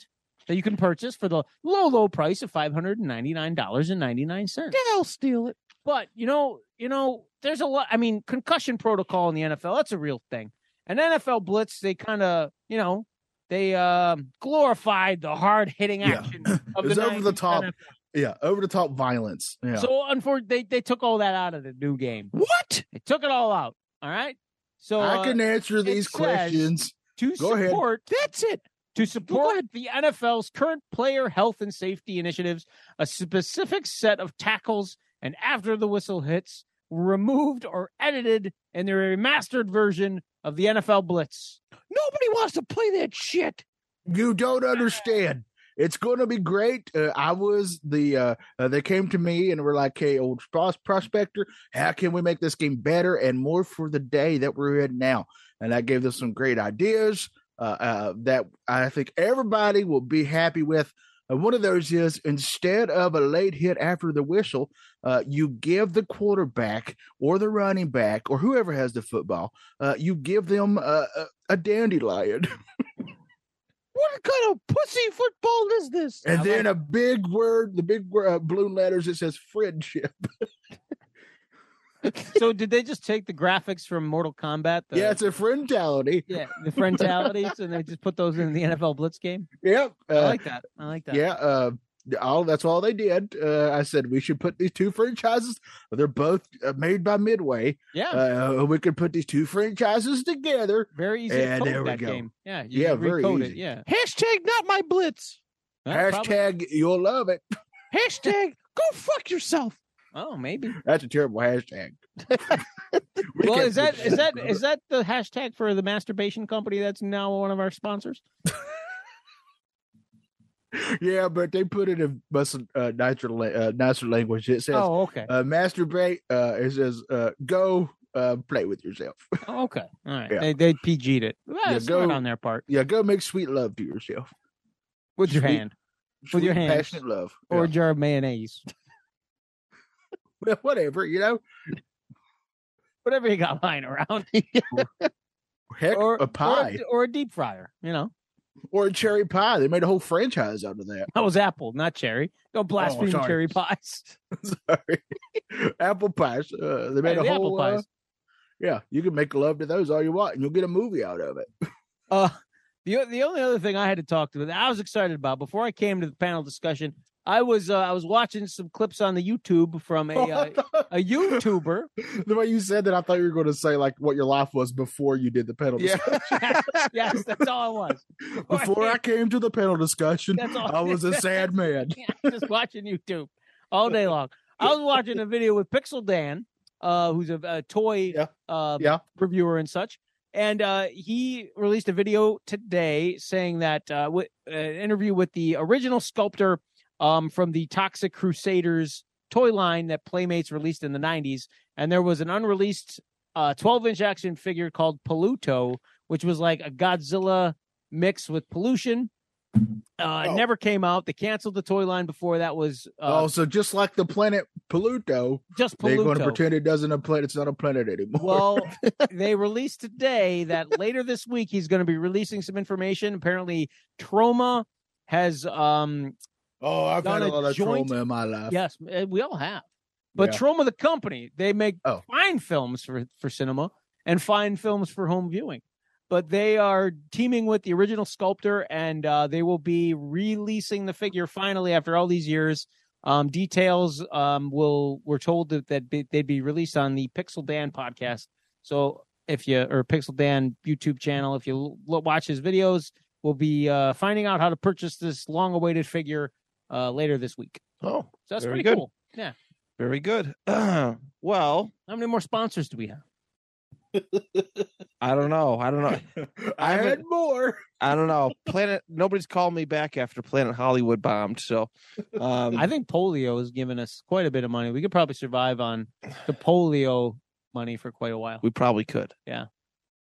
Speaker 1: that you can purchase for the low, low price of five hundred and ninety nine dollars and ninety nine cents.
Speaker 2: They'll steal it.
Speaker 1: But you know, you know, there's a lot. I mean, concussion protocol in the NFL that's a real thing. And NFL blitz, they kind of, you know, they um glorified the hard hitting
Speaker 3: Yeah.
Speaker 1: action
Speaker 3: It
Speaker 1: of
Speaker 3: was
Speaker 1: the
Speaker 3: over the
Speaker 1: 90s
Speaker 3: top.
Speaker 1: NFL.
Speaker 3: Yeah, over the top violence. Yeah.
Speaker 1: So unfortunately, they, they took all that out of the new game.
Speaker 4: What?
Speaker 1: They took it all out. All right. So uh,
Speaker 3: I can answer these
Speaker 1: says-
Speaker 3: questions.
Speaker 1: to
Speaker 3: go ahead.
Speaker 1: support
Speaker 4: That's it.
Speaker 1: to support
Speaker 4: ahead.
Speaker 1: the NFL's current player health and safety initiatives, a specific set of tackles and after the whistle hits were removed or edited in the remastered version of the NFL Blitz.
Speaker 4: Nobody wants to play that shit.
Speaker 3: You don't understand. It's going to be great. Uh, I was the uh, uh, they came to me and were like, "Hey, old pros- prospector, how can we make this game better and more for the day that we're in now?" And I gave them some great ideas uh, uh, that I think everybody will be happy with. And one of those is instead of a late hit after the whistle, uh, you give the quarterback or the running back or whoever has the football, uh, you give them uh, a, a dandelion.
Speaker 4: What kind of pussy football is this?
Speaker 3: And
Speaker 1: I
Speaker 3: then a big word, the big word, uh, blue letters, it says friendship.
Speaker 1: so did they just take the graphics from Mortal Kombat? The,
Speaker 3: yeah, it's a friendality.
Speaker 1: yeah, the frontalities, and they just put those in the NFL Blitz game.
Speaker 3: Yep.
Speaker 1: I
Speaker 3: uh,
Speaker 1: like that. I like that.
Speaker 3: yeah. Uh, all that's all they did. Uh, I said we should put these two franchises. They're both uh, made by Midway.
Speaker 1: yeah.
Speaker 3: Uh, we could put these two franchises together.
Speaker 1: very easy. to
Speaker 3: yeah,
Speaker 1: code
Speaker 3: there we
Speaker 1: that
Speaker 3: go.
Speaker 1: game. Yeah, you
Speaker 3: Yeah,
Speaker 1: can
Speaker 3: very
Speaker 1: recode It.
Speaker 3: easy.
Speaker 1: Yeah. Uh,
Speaker 4: Hashtag not my blitz.
Speaker 1: Well, probably-
Speaker 3: Hashtag you'll love it.
Speaker 4: Hashtag go fuck yourself.
Speaker 1: Oh, maybe.
Speaker 3: That's a terrible hashtag. We
Speaker 1: well,
Speaker 3: can't
Speaker 1: is that
Speaker 3: put
Speaker 1: is that is that the hashtag for the masturbation company that's now one of our sponsors?
Speaker 3: yeah, but they put it in much, uh, nicer la- uh, nicer language. It says
Speaker 1: Oh, okay.
Speaker 3: uh, masturbate. Uh, it says uh, go uh, play with yourself.
Speaker 1: Oh, okay. All right.
Speaker 3: yeah.
Speaker 1: They they PG'd it. Well,
Speaker 3: Yeah,
Speaker 1: it's smart
Speaker 3: go-
Speaker 1: on their part.
Speaker 3: yeah, go make sweet love to yourself
Speaker 1: With your
Speaker 3: Sweet-
Speaker 1: hand With your
Speaker 3: Sweet,
Speaker 1: hands.
Speaker 3: passionate love,
Speaker 1: or a
Speaker 3: Yeah.
Speaker 1: jar of mayonnaise,
Speaker 3: Well, whatever you know.
Speaker 1: whatever you got lying around,
Speaker 3: Heck,
Speaker 1: or
Speaker 3: a pie
Speaker 1: or a, or a deep fryer. You know,
Speaker 3: or, a cherry pie. They made a whole franchise out of that.
Speaker 1: that was apple, not cherry. Don't blaspheme
Speaker 3: Oh, sorry.
Speaker 1: cherry pies.
Speaker 3: Sorry, apple pies. Uh, they made
Speaker 1: The
Speaker 3: a whole
Speaker 1: apple
Speaker 3: uh,
Speaker 1: pies.
Speaker 3: yeah, you can make love to those all you want, and you'll get a movie out of it.
Speaker 1: Uh, the the only other thing I had to talk to that I was excited about before I came to the panel discussion, I was uh, I was watching some clips on the YouTube from a uh, a YouTuber.
Speaker 3: the way you said that, I thought you were going to say like what your life was before you did the panel.
Speaker 4: Yeah.
Speaker 3: discussion.
Speaker 1: yes, that's all I was.
Speaker 3: Before I came to the panel discussion,
Speaker 1: That's all
Speaker 3: I was a sad man.
Speaker 1: just watching YouTube all day long. I was watching a video with Pixel Dan, uh, who's a, a toy
Speaker 3: Yeah.
Speaker 1: Uh,
Speaker 3: Yeah.
Speaker 1: reviewer and such, and uh, he released a video today saying that uh, wi- an interview with the original sculptor um, from the Toxic Crusaders toy line that Playmates released in the '90s, and there was an unreleased uh, 12-inch action figure called Paluto, which was like a Godzilla mix with pollution. Uh, it
Speaker 3: Oh.
Speaker 1: never came out. They canceled the toy line before that was uh,
Speaker 3: oh, so just like the planet Pluto,
Speaker 1: just
Speaker 3: they're going to
Speaker 1: Paluto.
Speaker 3: pretend it doesn't a planet. It's not a planet anymore.
Speaker 1: well, they released today that later this week he's going to be releasing some information. Apparently, Troma has um
Speaker 3: oh, I've had a
Speaker 1: Donna
Speaker 3: lot of
Speaker 1: joint-
Speaker 3: trauma in my life.
Speaker 1: yes, eh, we all have. But
Speaker 3: Yeah.
Speaker 1: Troma the company, they make
Speaker 3: Oh.
Speaker 1: fine films for for cinema and fine films for home viewing. But they are teaming with the original sculptor, and uh, they will be releasing the figure finally after all these years. Um, details um, will were told that, that be- they'd be released on the Pixel Dan podcast. So if you or Pixel Dan YouTube channel, if you l- watch his videos, we'll be uh, finding out how to purchase this long-awaited figure uh, later this week.
Speaker 4: Oh,
Speaker 1: So that's
Speaker 4: Very
Speaker 1: pretty
Speaker 4: good.
Speaker 1: cool.
Speaker 4: very good. well,
Speaker 1: How many more sponsors do we have?
Speaker 4: I don't know. I don't know.
Speaker 3: I
Speaker 4: haven't-
Speaker 3: had more.
Speaker 4: I don't know. Planet. Nobody's called me back after Planet Hollywood bombed. So, um,
Speaker 1: I think polio has given us quite a bit of money. We could probably survive on the polio money for quite a while.
Speaker 4: we probably could.
Speaker 1: Yeah.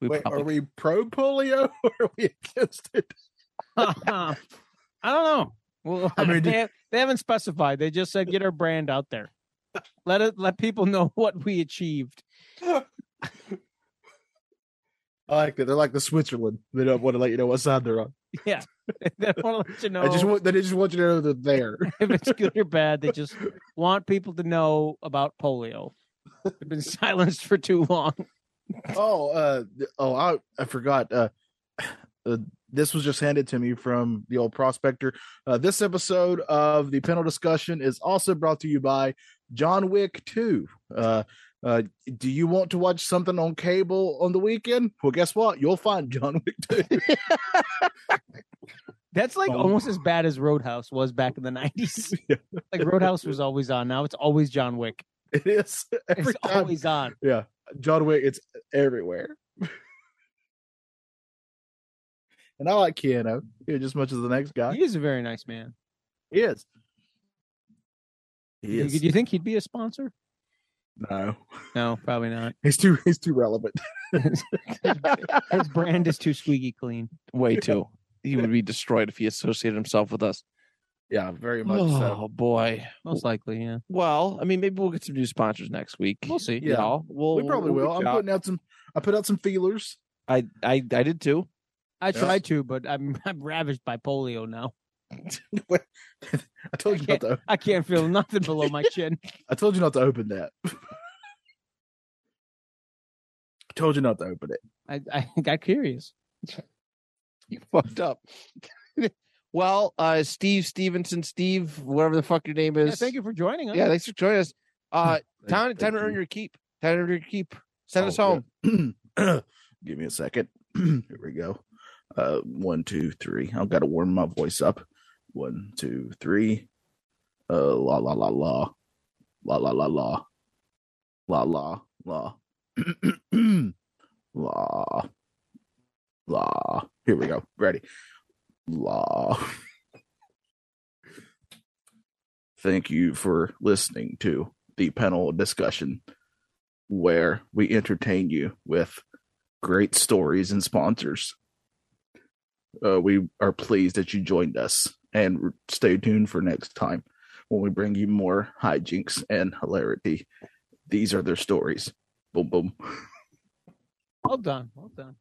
Speaker 4: We
Speaker 3: Wait,
Speaker 4: probably.
Speaker 3: are we pro polio or are we against it?
Speaker 1: I don't know. Well,
Speaker 3: I mean,
Speaker 1: they, they haven't specified. They just said get our brand out there. Let it let people know what we achieved.
Speaker 3: I like that. They're like the Switzerland. They don't want to let you know what side they're on.
Speaker 1: they want to let you know
Speaker 3: I just want they just want you to know they're there.
Speaker 1: if it's good or bad. They just want people to know about polio. They've been silenced for too long.
Speaker 3: oh, uh, th- oh, I I forgot. Uh, uh, this was just handed to me from the old prospector. Uh, this episode of the panel discussion is also brought to you by John Wick Two. Uh, uh, do you want to watch something on cable on the weekend? Well, guess what? You'll find John Wick Two.
Speaker 1: That's like
Speaker 3: Oh.
Speaker 1: almost as bad as Roadhouse was back in the nineties.
Speaker 3: Yeah.
Speaker 1: Like Roadhouse was always on. Now it's always John Wick.
Speaker 3: it is every
Speaker 1: It's
Speaker 3: time.
Speaker 1: always on.
Speaker 3: yeah, John Wick. It's everywhere. and I like Keanu yeah, just as much as the next guy.
Speaker 1: He is a very nice man.
Speaker 3: He is. He
Speaker 1: Do you, do you think he'd be a sponsor?
Speaker 3: No,
Speaker 1: No, probably not.
Speaker 3: he's too he's too relevant.
Speaker 1: His brand is too squeaky clean.
Speaker 4: Way too. He would be destroyed if he associated himself with us.
Speaker 3: Yeah, very much so.
Speaker 4: Oh boy.
Speaker 1: Most likely, yeah.
Speaker 4: Well, I mean, maybe we'll get some new sponsors next week.
Speaker 1: We'll see.
Speaker 3: Yeah.
Speaker 4: Y'all. We'll,
Speaker 3: We probably
Speaker 4: we'll
Speaker 3: will. I'm
Speaker 4: reach out.
Speaker 3: putting out some. I put out some feelers.
Speaker 4: I, I I did too.
Speaker 1: I
Speaker 3: Yeah.
Speaker 1: tried to, but I'm I'm ravished by polio now.
Speaker 3: I told you not to.
Speaker 1: I can't feel nothing below my chin.
Speaker 3: I told you not to open that. I told you not to open it.
Speaker 1: I, I got curious.
Speaker 4: You fucked up. well, uh, Steve Stevenson, Steve, whatever the fuck your name is.
Speaker 1: Yeah, thank you for joining us.
Speaker 4: Yeah, thanks for joining us. Uh,
Speaker 3: Thank-
Speaker 4: time, time
Speaker 3: thank
Speaker 4: to earn
Speaker 3: you.
Speaker 4: your keep. Time to earn your keep. Send us
Speaker 3: Oh,
Speaker 4: home.
Speaker 3: yeah. Give me a second. Here we go. Uh, one, two, three. I've got to warm my voice up. One, two, three. Uh, la la la la, la la la la, la la la, la la. Here we go. Ready. La. Thank you for listening to the panel discussion where we entertain you with great stories and sponsors. Uh, we are pleased that you joined us and r- stay tuned for next time when we bring you more hijinks and hilarity. These are their stories. Boom, boom.
Speaker 1: Well done. Well done.